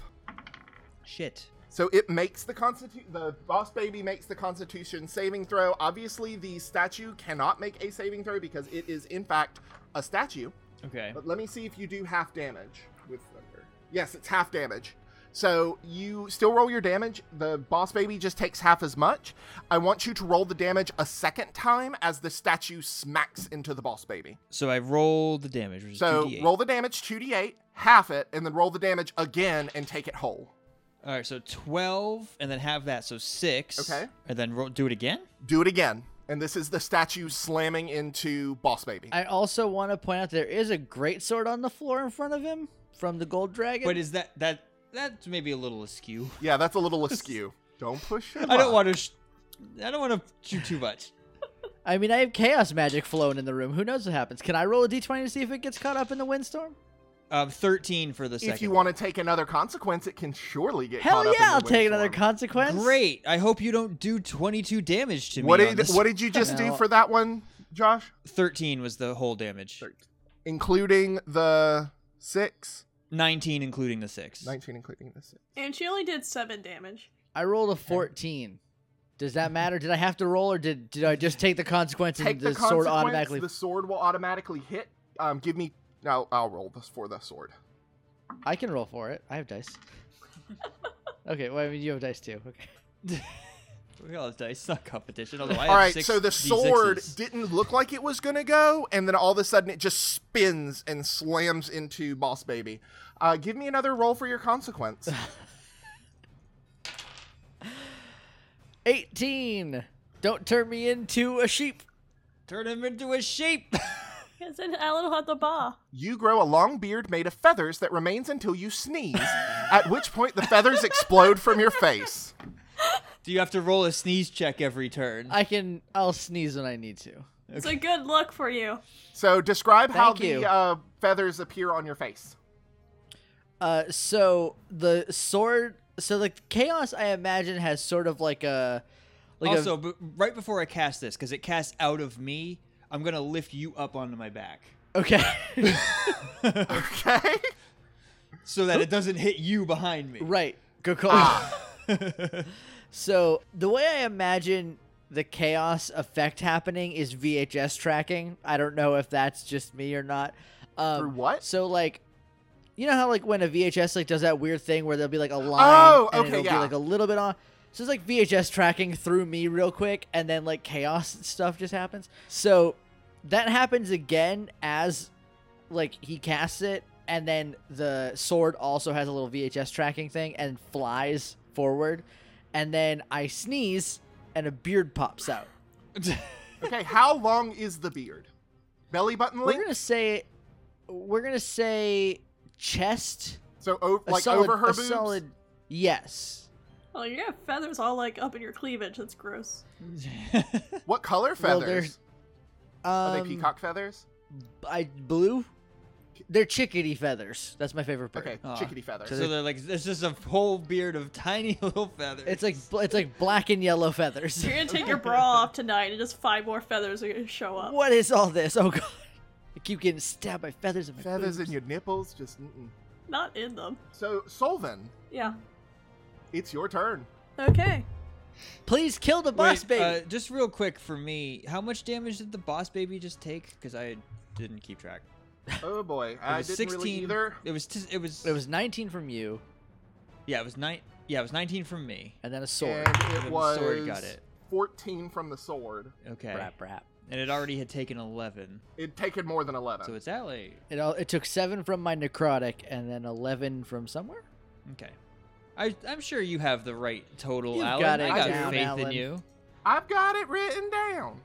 Shit. So it makes the constitu- the boss baby makes the Constitution saving throw. Obviously, the statue cannot make a saving throw because it is in fact a statue. Okay. But let me see if you do half damage with thunder. Yes, it's half damage. So you still roll your damage. The boss baby just takes half as much. I want you to roll the damage a second time as the statue smacks into the boss baby. So I roll the damage, which is So 2d8. roll the damage 2d8, half it, and then roll the damage again and take it whole. All right, so 12, and then have that, so 6. Okay. And then roll, do it again? Do it again. And this is the statue slamming into boss baby. I also want to point out there is a great sword on the floor in front of him from the gold dragon. But is that, that, that's maybe a little askew. yeah, that's a little askew. Don't push your I don't luck. want to, sh- I don't want to shoot too much. I mean, I have chaos magic flowing in the room. Who knows what happens? Can I roll a d20 to see if it gets caught up in the windstorm? Um, 13 for the second. If you one. want to take another consequence, it can surely get caught Hell yeah! up in the I'll take another windstorm. consequence. Great. I hope you don't do 22 damage to What me. on did this- what did you just do No. for that one, Josh? 13 was the whole damage. Including the six. 19 including the 6. 19 including the six. And she only did seven damage. I rolled a 14. Does that matter? Did I have to roll, or did did I just take the consequence Take and the, the, sword consequence, automatically? The sword will automatically hit. Um, give me. No, I'll roll this for the sword. I can roll for it. I have dice. okay. Well, I mean, you have dice too. Okay. We all have dice, it's not competition. Although I all have right, six so the sword D6s. didn't look like it was gonna go, and then all of a sudden it just spins and slams into Boss Baby. Uh, give me another roll for your consequence. 18. Don't turn me into a sheep. Turn him into a sheep. Because then Alan will have the bar. You grow a long beard made of feathers that remains until you sneeze, at which point the feathers explode from your face. do you have to roll a sneeze check every turn? I can. I'll sneeze when I need to. It's a good look for you. So describe how Thank the you. uh, feathers appear on your face. Uh, so the sword. So the chaos, I imagine, has sort of like a. Like also, a, but right before I cast this, because it casts out of me, I'm gonna lift you up onto my back okay. Okay. so that it doesn't hit you behind me. right. Good call. Ah. so the way I imagine the chaos effect happening is VHS tracking. I don't know if that's just me or not. Um, Through what? So like, you know how like when a VHS like does that weird thing where there'll be like a line Oh, and okay, it'll yeah. be like a little bit on. So it's like VHS tracking through me real quick, and then like chaos stuff just happens. So that happens again as like he casts it, and then the sword also has a little VHS tracking thing and flies forward, and then I sneeze and a beard pops out. Okay, how long is the beard? Belly button We're length? gonna say, we're gonna say chest So o- a like solid, over her a boobs? solid yes. Oh, you got feathers all like up in your cleavage. That's gross. What color Well, feathers? there's- Are they Um, peacock feathers? I blue. They're chickadee feathers. That's my favorite bird. Okay, Ah. chickadee feathers. So they're like, there's just a whole beard of tiny little feathers. It's like bl- it's like black and yellow feathers. You're gonna take your bra off tonight, and just five more feathers are gonna show up. what is all this? Oh god. I keep getting stabbed by feathers in my feathers boobs. in your nipples, just. Mm-mm. Not in them. So Solvin, Yeah. it's your turn. Okay. Please kill the boss Wait, baby. uh, just real quick for me, how much damage did the boss baby just take? Because I didn't keep track. Oh boy, It I was didn't really 16 either. It was. T- it was. it was 19 from you Yeah, it was nine. Yeah, it was 19 from me. and then a sword. And it The was sword got it. 14 from the sword. Okay. Brap brap. And it already had taken 11, It'd taken more than 11. so it's Allie. It all it took 7 from my necrotic and then 11 from somewhere. Okay. I, I'm sure you have the right total, You've Alan. got it I got down, faith Alan. in you. I've got it written down.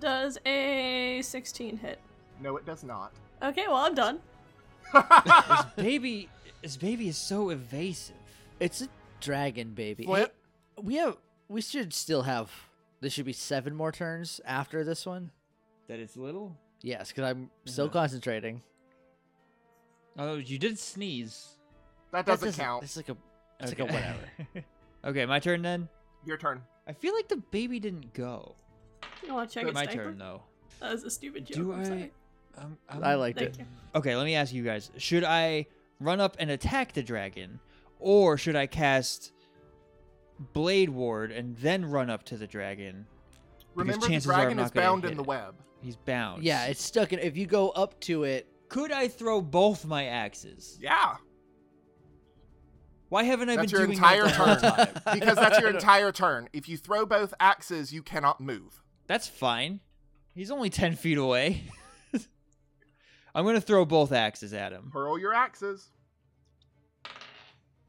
Does a 16 hit? No, it does not. Okay, well, I'm done. This baby, this baby is so evasive. It's a dragon baby. Flip. Hey, we have we should still have there should be 7 more turns after this one. That it's little. Yes, cuz I'm still Yeah. concentrating. Oh, you did sneeze. That That doesn't count. It's like a it's like a whatever. okay, my turn then. Your turn. I feel like the baby didn't go. You want to check its my diaper? turn though. That was a stupid joke. Do I'm I- sorry. Um, I liked Thank it. you. Okay, let me ask you guys: Should I run up and attack the dragon, or should I cast Blade Ward and then run up to the dragon? Remember, the chances are I'm dragon not is gonna bound hit in the it. web. He's bound. Yeah, it's stuck in if you go up to it Could I throw both my axes? Yeah, Why haven't I that's been your doing entire that the whole turn. time? because that's your entire turn. If you throw both axes, you cannot move. That's fine. He's only ten feet away. I'm gonna throw both axes at him. Hurl your axes.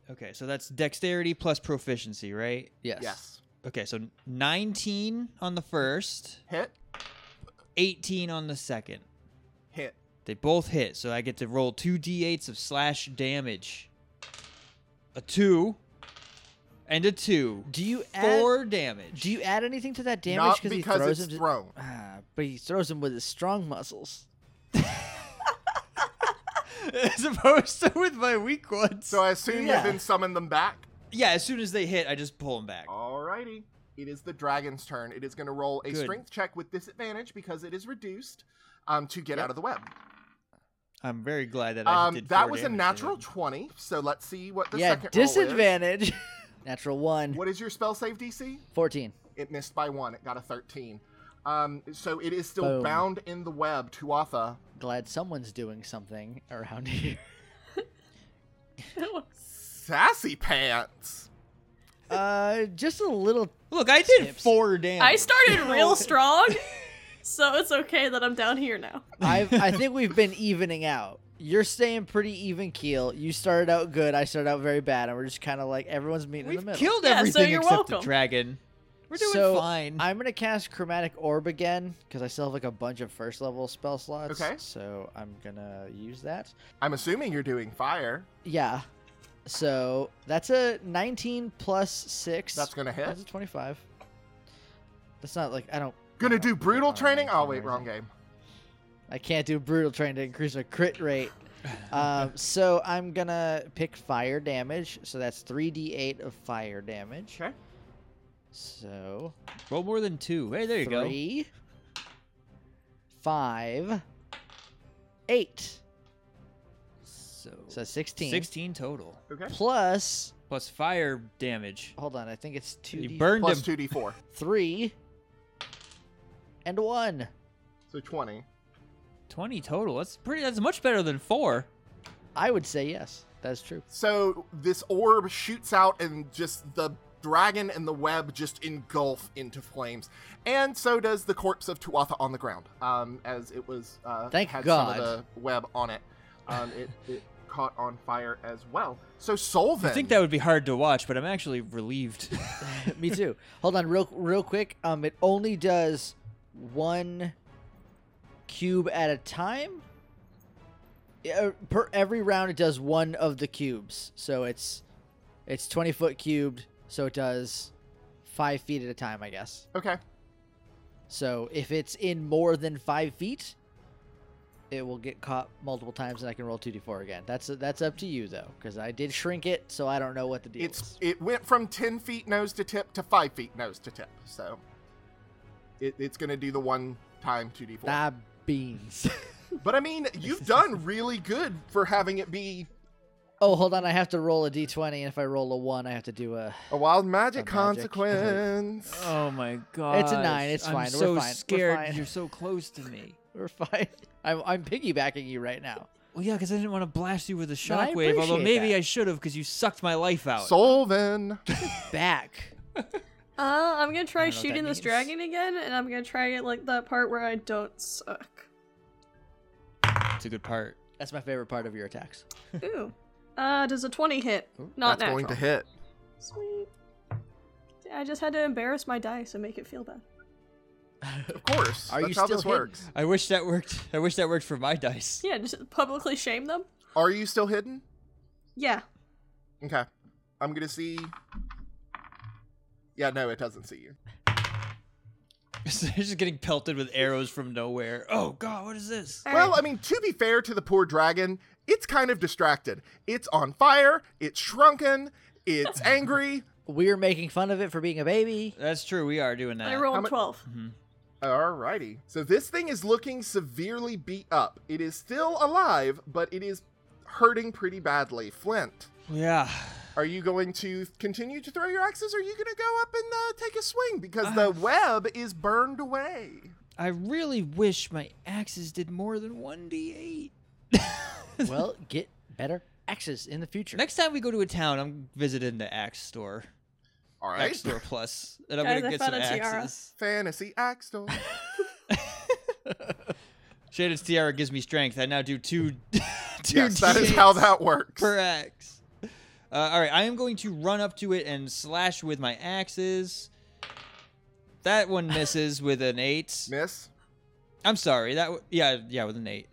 Okay, so that's dexterity plus proficiency, right? Yes. Yes. Okay, so 19 on the first, Hit. 18 on the second. Hit. They both hit, so I get to roll two d8s of slash damage. A 2 and a 2. Do you add 4 damage. do you add anything to that damage Not because he because throws it's him? to- thrown. Ah, but he throws him with his strong muscles. As opposed to with my weak ones. So I assume Yeah. you then summon them back. yeah, as soon as they hit, I just pull them back. Oh. Alrighty. It is the dragon's turn. It is going to roll a Good. strength check with disadvantage because it is reduced um, to get out of the web. I'm very glad that I Um, did that four was a damage to natural him. 20, so let's see what the yeah, second roll disadvantage. Natural one. is. What is your spell save DC? Fourteen. It missed by one. It got a 13. Um, so it is still Boom. bound in the web. Tuatha, Glad someone's doing something around here. sassy pants. uh, just a little. Look, I did Tips. 4 damage. I started real strong, so it's okay that I'm down here now. I I think we've been evening out. You're staying pretty even keel. You started out good. I started out very bad, and we're just kind of like everyone's meeting in We've the middle. killed Yeah, so everything you're except the welcome. dragon. We're doing So, fine. I'm gonna cast Chromatic Orb again because I still have like a bunch of first level spell slots. Okay. So I'm gonna use that. I'm assuming you're doing fire. Yeah. So that's a 19 plus 6. That's going to hit. That's a 25. That's not like I don't Gonna I don't do get brutal on a training? 19 Oh, or wait, wrong anything. game. I can't do brutal trying to increase my crit rate. um, so I'm gonna pick fire damage. So that's 3d8 of fire damage. Okay. So Roll more than two. Hey, there you go. three, five, eight. So, So 16. 16 total. Okay. Plus, Plus fire damage. hold on, I think it's two. You burned Plus him. 2d4. three, and one. So 20. 20 total. That's pretty. That's much better than four. I would say yes. That's true. So this orb shoots out, and just the dragon and the web just engulf into flames, and so does the corpse of Tuatha on the ground, um, as it was uh, Thank had God. some of the web on it. Um, it, it caught on fire as well. So I Solvin, think that would be hard to watch, but I'm actually relieved. Me too. Hold on, real real quick. Um, it only does one cube at a time. Yeah, er, Per every round, it does one of the cubes. So it's it's twenty foot cubed. So it does five feet at a time, I guess. okay, So if it's in more than five feet, it will get caught multiple times, and I can roll two d four again. That's that's up to you though, because I did shrink it, so I don't know what the deal It's is. it went from ten feet nose to tip to five feet nose to tip. So it, it's gonna do the one time two d four. Ah, beans. But I mean, you've done really good for having it be oh, hold on, I have to roll a d twenty, and if I roll a one, I have to do a. a wild magic magic. consequence. Oh my god. nine, it's I'm fine, we're so fine, we're scared. fine. You're so close to me. We're fine. I'm I'm piggybacking you right now. Well, yeah, because I didn't want to blast you with a No, I shockwave, although appreciate maybe that. I should have because you sucked my life out. Solven. Back. Uh, I'm gonna try I don't know what that shooting this means. dragon again, and I'm gonna try it like that part where I don't suck. It's a good part. That's my favorite part of your attacks. Ooh. Uh, does a 20 hit? That's Not natural. going to hit. Sweet. I just had to embarrass my dice and make it feel bad. Of course. Are That's you how still this hidden? works. I wish that worked. I wish that worked for my dice. Yeah, just publicly shame them. Are you still hidden? Yeah. Okay. I'm gonna see. Yeah, no, it doesn't see you. So You're just getting pelted with arrows from nowhere. Oh god, what is this? All Well, right. I mean, to be fair to the poor dragon, it's kind of distracted. It's on fire. It's shrunken. It's angry. We're making fun of it for being a baby. That's true. We are doing that. I How rolled mu- 12. Alrighty. So this thing is looking severely beat up. It is still alive, but it is hurting pretty badly. Flint, Yeah. are you going to continue to throw your axes? Or are you going to go up and uh, take a swing because the web is burned away? I really wish my axes did more than 1d8. well, get better axes in the future. Next time we go to a town, I'm visiting the axe store. All Axe right. store plus. And I'm Guys, going to I get found some a tiara. axes. Fantasy axe store. Shaded's tiara gives me strength. I now do two. two yes, that is D8s how that works. per axe. Uh, all right, I am going to run up to it and slash with my axes. That one misses with an eight. Miss. I'm sorry. That w- yeah yeah with an eight.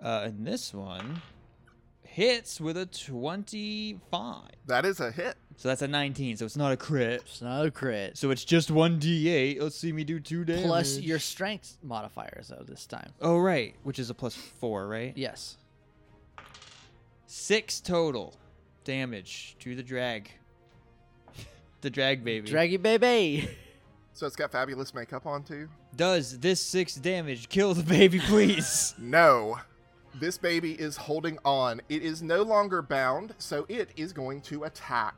Uh, and this one hits with a twenty-five. That is a hit. So that's a nineteen. So it's not a crit. It's not a crit. So it's just one d8. Let's see me do two damage. Plus your strength modifiers though this time. oh right, which is a plus four, right? Yes. Six total damage to the drag. the drag baby. Draggy baby. So it's got fabulous makeup on too. Does this six damage kill the baby, please? No. This baby is holding on. It is no longer bound, so it is going to attack.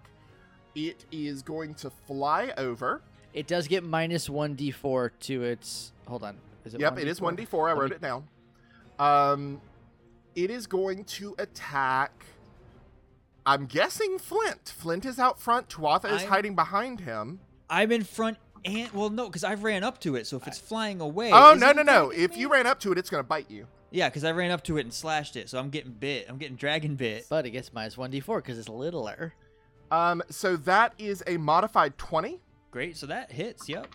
It is going to fly over. It does get minus one d four to its. Hold on. Is it yep, it is 1d4. I Let wrote me- it down. Um, it is going to attack. I'm guessing Flint. Flint is out front. Tuatha is I'm- hiding behind him. I'm in front and well, no, because I ran up to it. So if it's flying away, oh, is no, it no, in no. front of If me? you ran up to it, it's going to bite you. yeah, because I ran up to it and slashed it. So I'm getting bit. I'm getting dragon bit. But it gets minus one d four because it's littler. Um, so that is a modified 20. Great. So that hits. Yep.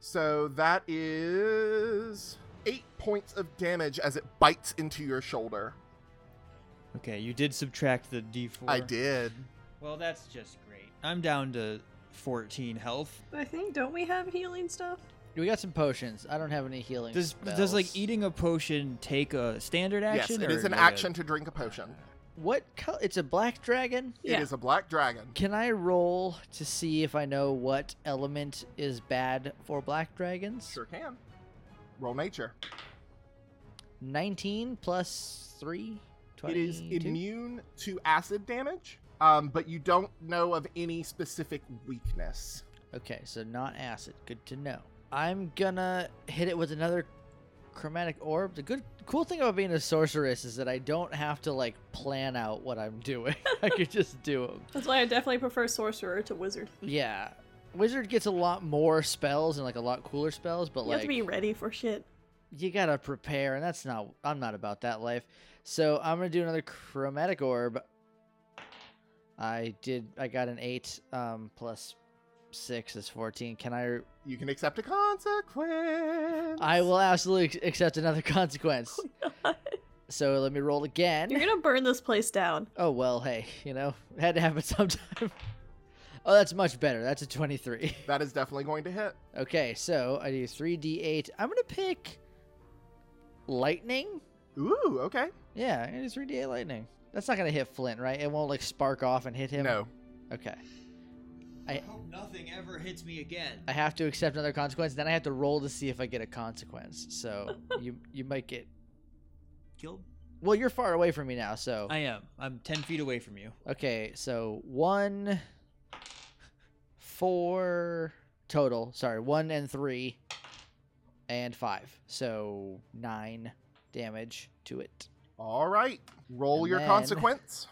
So that is eight points of damage as it bites into your shoulder. Okay, you did subtract the d4. I did. Well, that's just great. I'm down to 14 health. I think, don't we have healing stuff? we got some potions. I don't have any healing. Does spells. does like eating a potion take a standard Yes, action? it or is an like a- action to drink a potion. what? color? It's a black dragon. Yeah. It is a black dragon. Can I roll to see if I know what element is bad for black dragons? Sure can. Roll nature. Nineteen plus three. It 22? is immune to acid damage, um, but you don't know of any specific weakness. Okay, so not acid. Good to know. I'm gonna hit it with another chromatic orb. The good cool thing about being a sorceress is that I don't have to like plan out what I'm doing. I could just do them. That's why I definitely prefer sorcerer to wizard. Yeah. Wizard gets a lot more spells and like a lot cooler spells, but You like have to be ready for shit. you gotta prepare, and that's not. I'm not about that life. So I'm gonna do another chromatic orb. I did. I got an eight. Um, plus six is fourteen. Can I? You can accept a consequence. I will absolutely accept another consequence. so let me roll again. You're gonna burn this place down. Oh well, hey, you know, it had to happen sometime. oh, that's much better. That's a twenty-three. That is definitely going to hit. Okay, so I do 3d8. I'm going to pick lightning Ooh, okay. Yeah, and it's 3d8 lightning. That's not gonna hit Flint, right? It won't like spark off and hit him. No. Okay. I hope nothing ever hits me again. I have to accept another consequence. Then I have to roll to see if I get a consequence. So you you might get. Killed? Well, you're far away from me now, so I am. I'm 10 feet away from you. okay. So one, four total. Sorry, one and three, and five. So nine damage to it. All right. Roll And your then- consequence.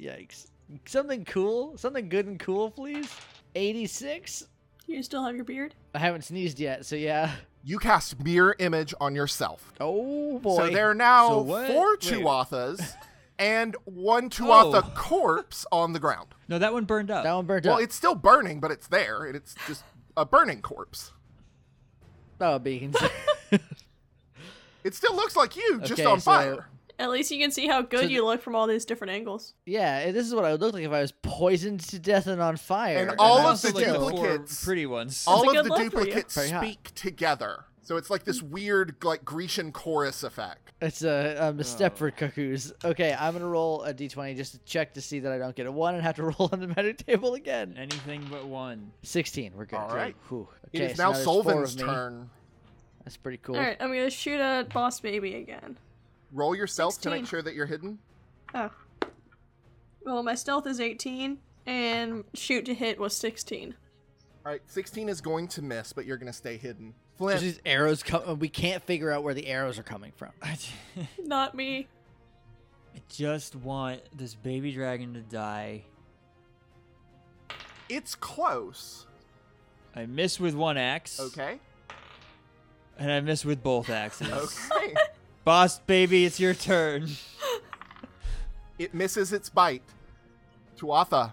Yikes! Something cool, something good and cool, please. Eighty-six. You still have your beard? I haven't sneezed yet, so yeah. You cast mirror image on yourself. Oh boy. So there are now So what- four wait. Tuathas and one Tuatha Oh. corpse on the ground. No, that one burned up. That one burnt Well, up. it's still burning, but it's there, and it's just a burning corpse. Oh, beans. It still looks like you, just Okay, on so- fire. At least you can see how good So you look from all these different angles. yeah, and this is what I would look like if I was poisoned to death and on fire. And And all I of also the like four duplicates- pretty ones. a All good of the look for you. duplicates Very hot. speak together, so it's like this weird, like Grecian chorus effect. it's a, um, a step for cuckoos. Okay, I'm gonna roll a d20 just to check to see that I don't get a one and have to roll on the magic table again. Anything but one. 16, we're good. All Good. right. Whew. It Okay, is so now there's four Solvin's of me. turn. That's pretty cool. All right, I'm gonna shoot at Boss Baby again. Roll yourself to make 16. sure that you're hidden. Oh. Well, my stealth is 18, and shoot to hit was 16. All right, 16 is going to miss, but you're going to stay hidden. There's Flint, these arrows come. We can't figure out where the arrows are coming from. I j- Not me. I just want this baby dragon to die. it's close. I miss with one axe. Okay. And I miss with both axes. Okay. Boss baby, it's your turn. it misses its bite. Tuatha.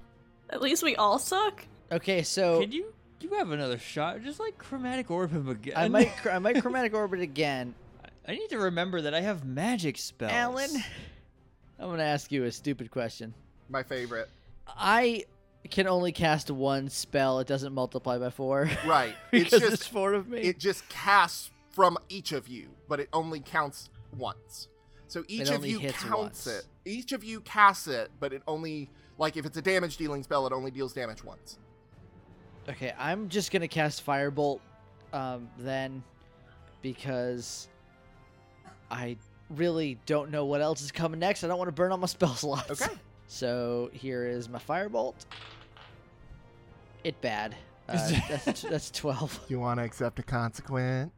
At least we all suck. Okay, so Can you you have another shot? Just like chromatic orb him again. I might cr- I might chromatic orbit again. I need to remember that I have magic spells. Alan, I'm gonna ask you a stupid question. My favorite. I can only cast one spell. It doesn't multiply by four. Right. It's because just there's four of me. it just casts from each of you, but it only counts once. So each of only you hits counts once. it. Each of you casts it, but it only like if it's a damage dealing spell, it only deals damage once. Okay, I'm just gonna cast Firebolt um, then because I really don't know what else is coming next. I don't want to burn all my spell slots. Okay. So here is my Firebolt. It bad. Uh, that's, that's 12. Do you want to accept a consequence?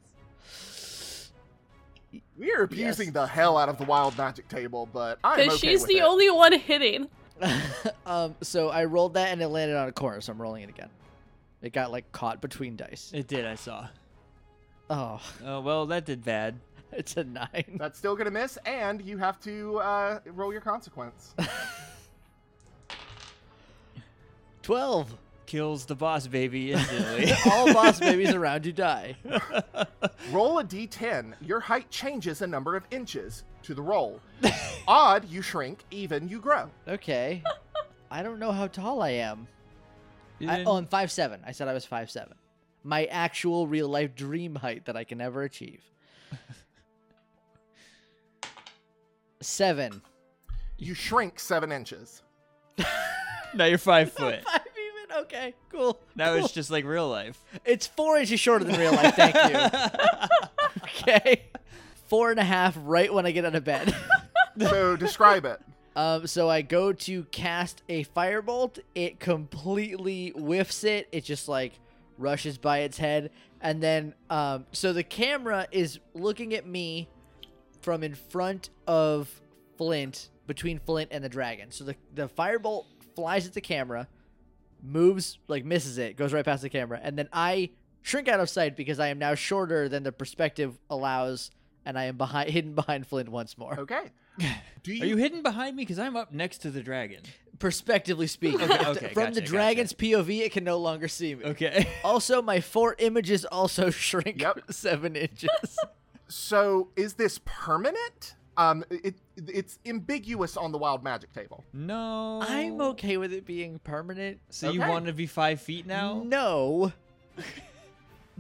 We are abusing the hell out of the wild magic table, but I'm Because okay she's with the it. only one hitting. um, so I rolled that and it landed on a corner, so I'm rolling it again. It got like caught between dice. It did, I saw. Oh, Oh well that did bad. it's a nine. That's still gonna miss, and you have to uh, roll your consequence. 12. Kills the boss baby instantly. All boss babies around you die. roll a d10. Your height changes a number of inches to the roll. Odd, you shrink. Even, you grow. Okay. I don't know how tall I am. You I, didn't- oh, I'm five seven. I said I was five seven. My actual real life dream height that I can never achieve. seven. You shrink seven inches. now you're five foot. Five even. Okay. Cool. Now cool. it's just like real life. It's four inches shorter than real life. Thank you. okay. Four and a half. Right when I get out of bed. So describe it. Um, so I go to cast a firebolt. It completely whiffs it. It just like rushes by its head, and then um, so the camera is looking at me from in front of Flint, between Flint and the dragon. So the the firebolt flies at the camera, moves like misses it, goes right past the camera, and then I shrink out of sight because I am now shorter than the perspective allows, and I am behind hidden behind Flint once more. Okay. Do you, Are you hidden behind me? Because I'm up next to the dragon. perspectively speaking. Okay, okay, From the gotcha, dragon's POV, it can no longer see me. Okay. Also, my four images also shrink Yep. seven inches. so is this permanent? Um, it it's ambiguous on the wild magic table. No. I'm okay with it being permanent. So you Okay. want to be five feet now? No.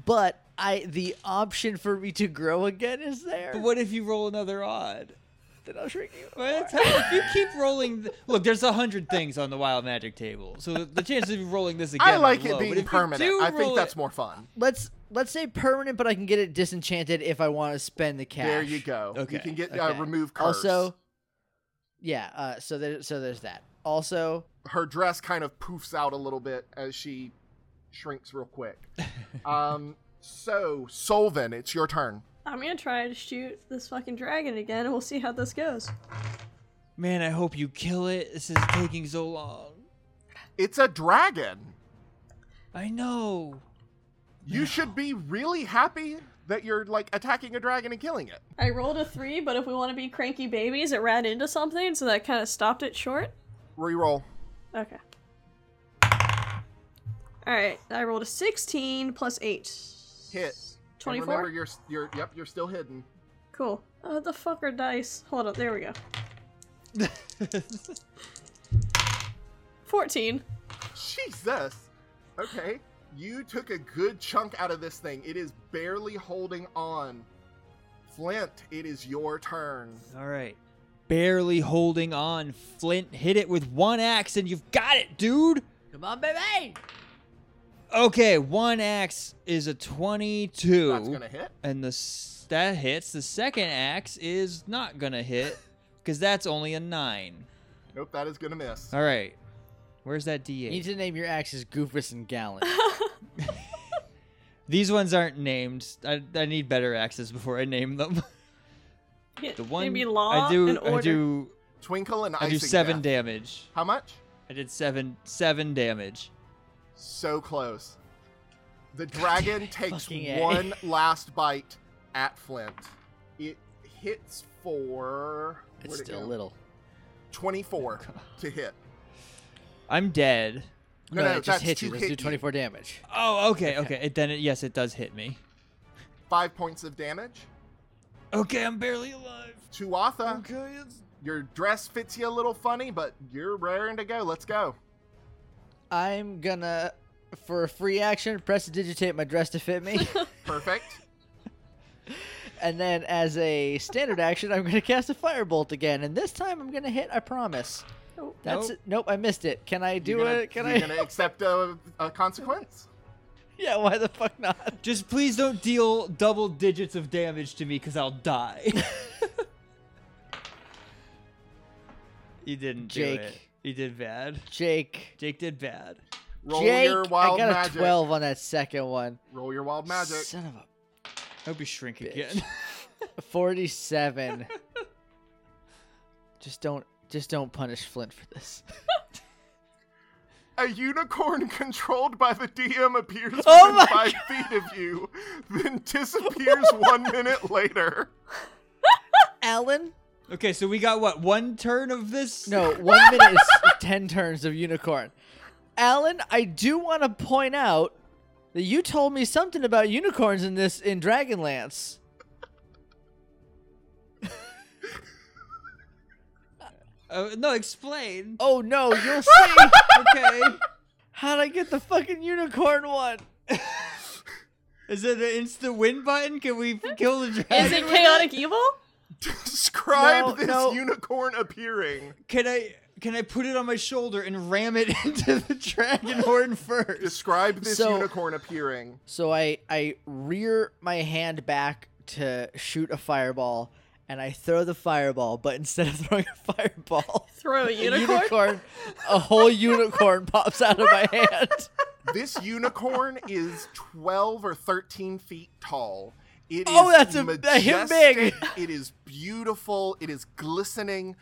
but I the option for me to grow again is there. But what if you roll another odd? Then I'll shrink you. Well, it's- if you keep rolling, th- look, there's a hundred things on the wild magic table, so the, the chances of you rolling this again. I like are it low, but if being you permanent. do I think roll that's it- more fun. Let's let's say permanent, but I can get it disenchanted if I want to spend the cash. There you go. Okay, You can get okay. uh, remove curse. Also, yeah. Uh, so there, so there's that. Also, her dress kind of poofs out a little bit as she shrinks real quick. um, so Solvin, it's your turn. I'm gonna try to shoot this fucking dragon again, and we'll see how this goes. Man, I hope you kill it. This is taking so long. It's a dragon. I know. You should be really happy that you're like attacking a dragon and killing it. I rolled a three, but if we want to be cranky babies, it ran into something, so that kind of stopped it short. Reroll. Okay. All right, I rolled a 16 plus eight. Hit. And remember, 24. you're you're yep, you're still hidden. Cool. Uh, the fucker dice. Hold on. There we go. 14. Jesus. Okay. You took a good chunk out of this thing. It is barely holding on. Flint, it is your turn. All right. Barely holding on. Flint hit it with one axe, and you've got it, dude. come on, baby. Okay, one axe is a twenty-two. That's gonna hit. and the s- that hits. The second axe is not gonna hit because that's only a nine. Nope, that is gonna miss. All right, where's that d8? You need to name your axes Goofus and Gallant. These ones aren't named. I, I need better axes before I name them. Hit- the one maybe law I do, and order. I do, Twinkle and I do icing seven Death. damage. How much? I did seven, seven damage. So close. The dragon takes Fucking A. one last bite at Flint. It hits for it's where'd it still go? little. 24 to hit. I'm dead. No, no, it just that's hits to you. Let's hit do you. 24 damage. Oh, okay, okay. It, then it, yes, it does hit me. Five points of damage. Okay, I'm barely alive. Oh, Tuatha, Okay, it's- your dress fits you a little funny, but you're raring to go. Let's go. I'm gonna, for a free action, press to digitate my dress to fit me, Perfect. and then as a standard action, I'm gonna cast a firebolt again, and this time I'm gonna hit. I promise. Nope. That's Nope. it. Nope, I missed it. Can I do you're gonna, it? Can you're I? gonna accept a, a consequence. Yeah. Why the fuck not? Just please don't deal double digits of damage to me because I'll die. you didn't Jake. do it. You did bad. Jake. Jake did bad. Roll Jake. your wild I got magic. a 12 on that second one. Roll your wild magic. Son of a I hope you shrink Bitch. again. 47. just don't just don't punish Flint for this. A unicorn controlled by the DM appears within Oh my five feet of you, then disappears one minute later. Alan? okay, so we got what one turn of this? No, 1 minute is 10 turns of unicorn. Alan, I do want to point out that you told me something about unicorns in this in Dragonlance. Uh, no, explain. Oh no, you'll see. Okay. How'd I get the fucking unicorn one? Is it an instant win button? Can we f- kill the dragon? Is it with chaotic evil? Describe No, this no. unicorn appearing. Can I can I put it on my shoulder and ram it into the dragon horn first? Describe this So- unicorn appearing. So I I rear my hand back to shoot a fireball, and I throw the fireball. But instead of throwing a fireball, Throw a a unicorn? a whole unicorn pops out of my hand. This unicorn is 12 or 13 feet tall. It is Oh, that's a- that him big. majestic. It is beautiful. It is glistening.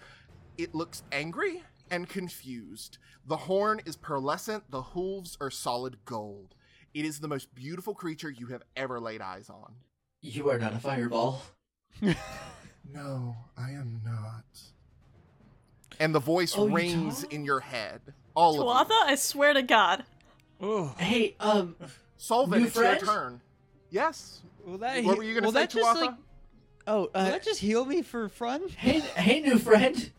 It looks angry and confused. The horn is pearlescent. The hooves are solid gold. It is the most beautiful creature you have ever laid eyes on. You are not a fireball. No, I am not. And the voice Oh, you rings don't? in your head. All Tuatha? of you. I swear to God. Oh, Hey, um, Solvin, New it's friend? your turn. Yes. well, that What were you gonna well, say, that just, Tuatha? like, oh, Will uh, that just heal me for fun? hey, hey, new friend.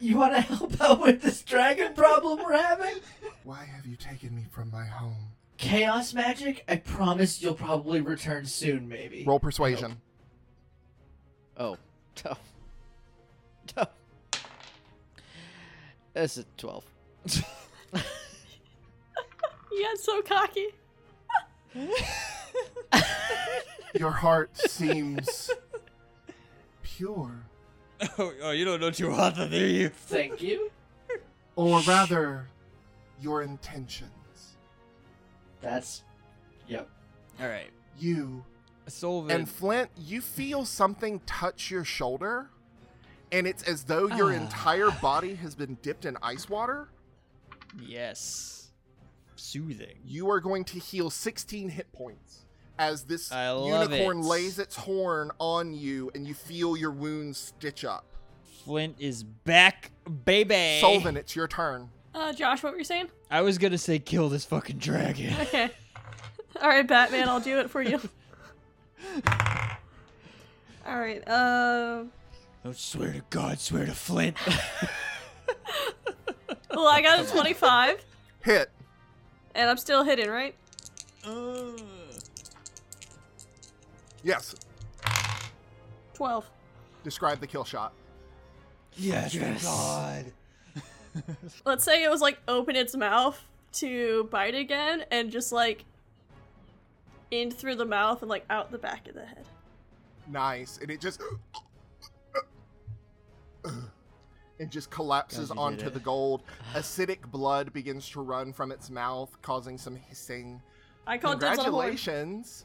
You want to help out with this dragon problem we're having? Why have you taken me from my home? chaos magic. I promise you'll probably return soon, maybe. Roll persuasion. Oh, tough. Tough. That's a 12. You got so cocky. Your heart seems pure, Oh, oh, you don't know Chihuahua, do you? Thank you. or rather, your intentions. That's. Yep. All right. You Solvin. And Flint, you feel something touch your shoulder, and it's as though Ah. your entire body has been dipped in ice water. yes. Soothing. You are going to heal 16 hit points as this I love unicorn it. lays its horn on you, and you feel your wounds stitch up. Flint is back, baby. Solvin, it's your turn. Uh, Josh, what were you saying? I was gonna say kill this fucking dragon. Okay. All right, Batman, I'll do it for you. All right. Um. I swear to God, swear to Flint. well, I got a 25, Hit. and I'm still hitting, right? Uh, Yes. 12. Describe the kill shot. Yes, Yes. God. Let's say it was like open its mouth to bite again, and just like in through the mouth and like out the back of the head. Nice. And it just. And just collapses God, you did onto it. the gold. Acidic blood begins to run from its mouth, causing some hissing. I called dibs on a horn. Congratulations.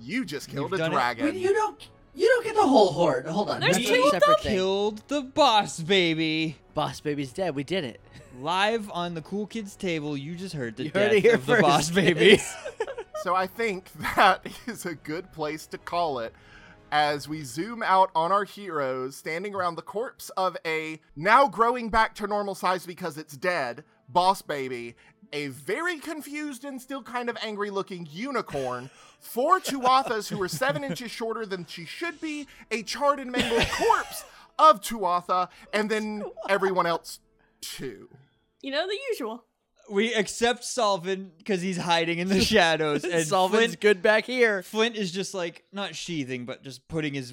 You just killed You've a done it. dragon. You don't. You don't get the whole horde. Hold on. There's that's two a of separate thing. Killed the boss, baby. Boss baby's dead. We did it. Live on the cool kids table, you just heard the You heard death it here of the first, boss, baby. kids. So I think that is a good place to call it as we zoom out on our heroes standing around the corpse of a now growing back to normal size because it's dead boss baby, a very confused and still kind of angry looking unicorn, four Tuathas who are seven inches shorter than she should be, a charred and mangled corpse of Tuatha, and then everyone else too. You know, the usual. we accept Solvin because he's hiding in the shadows, and Solvin's Flint, good back here. Flint is just like not sheathing, but just putting his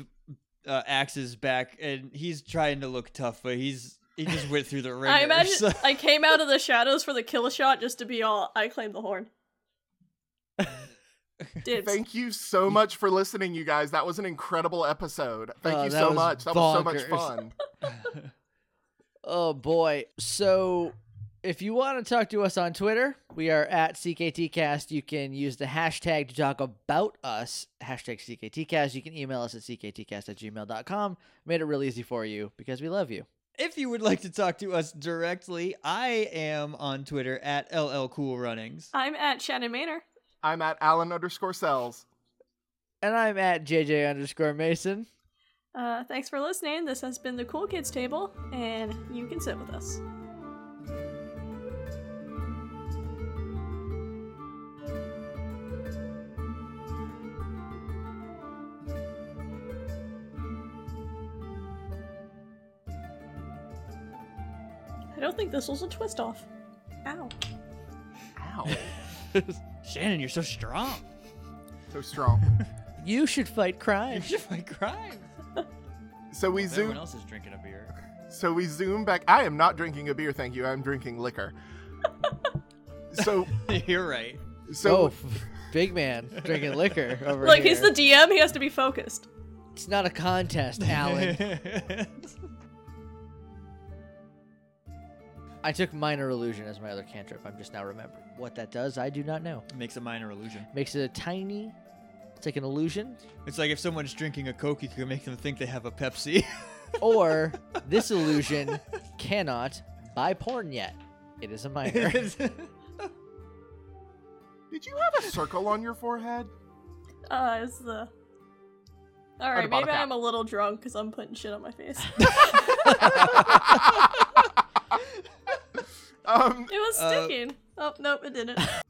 uh, axes back, and he's trying to look tough, but he's he just went through the ringer. I imagine so- I came out of the shadows for the kill shot just to be all I claim the horn. Dibs. Thank you so much for listening, you guys. That was an incredible episode. Thank Oh, you that so was much. That was so much bonkers. fun. Oh boy. So if you want to talk to us on Twitter, we are at CKTcast. You can use the hashtag to talk about us, hashtag CKTcast. You can email us at CKTcast at gmail.com. Made it really easy for you because we love you. if you would like to talk to us directly, I am on Twitter at LL Cool Runnings. I'm at Shannon Manor. I'm at Alan underscore cells. And I'm at JJ underscore Mason. Uh, thanks for listening. This has been the Cool Kids Table, and you can sit with us. I don't think this was a twist off. Ow. Ow. Shannon, you're so strong. so strong. You should fight crime. You fight crime. So we Everyone zoom else is drinking a beer. so we zoom back. I am not drinking a beer, thank you. I'm drinking liquor. So you're right. so oh, big man drinking liquor over Look, here. he's the DM. He has to be focused. it's not a contest, Alan. I took minor illusion as my other cantrip. I'm just now remembering what that does. I do not know. Makes a minor illusion. Makes it a tiny. It's like an illusion, It's like if someone's drinking a Coke, you can make them think they have a Pepsi. or this illusion cannot buy porn yet. It is a minor. did you have a circle on your forehead? Uh, is the. Or the Alright, bottle maybe cap. I'm a little drunk because I'm putting shit on my face. Um It was Uh, Um, sticking. oh, nope, it didn't.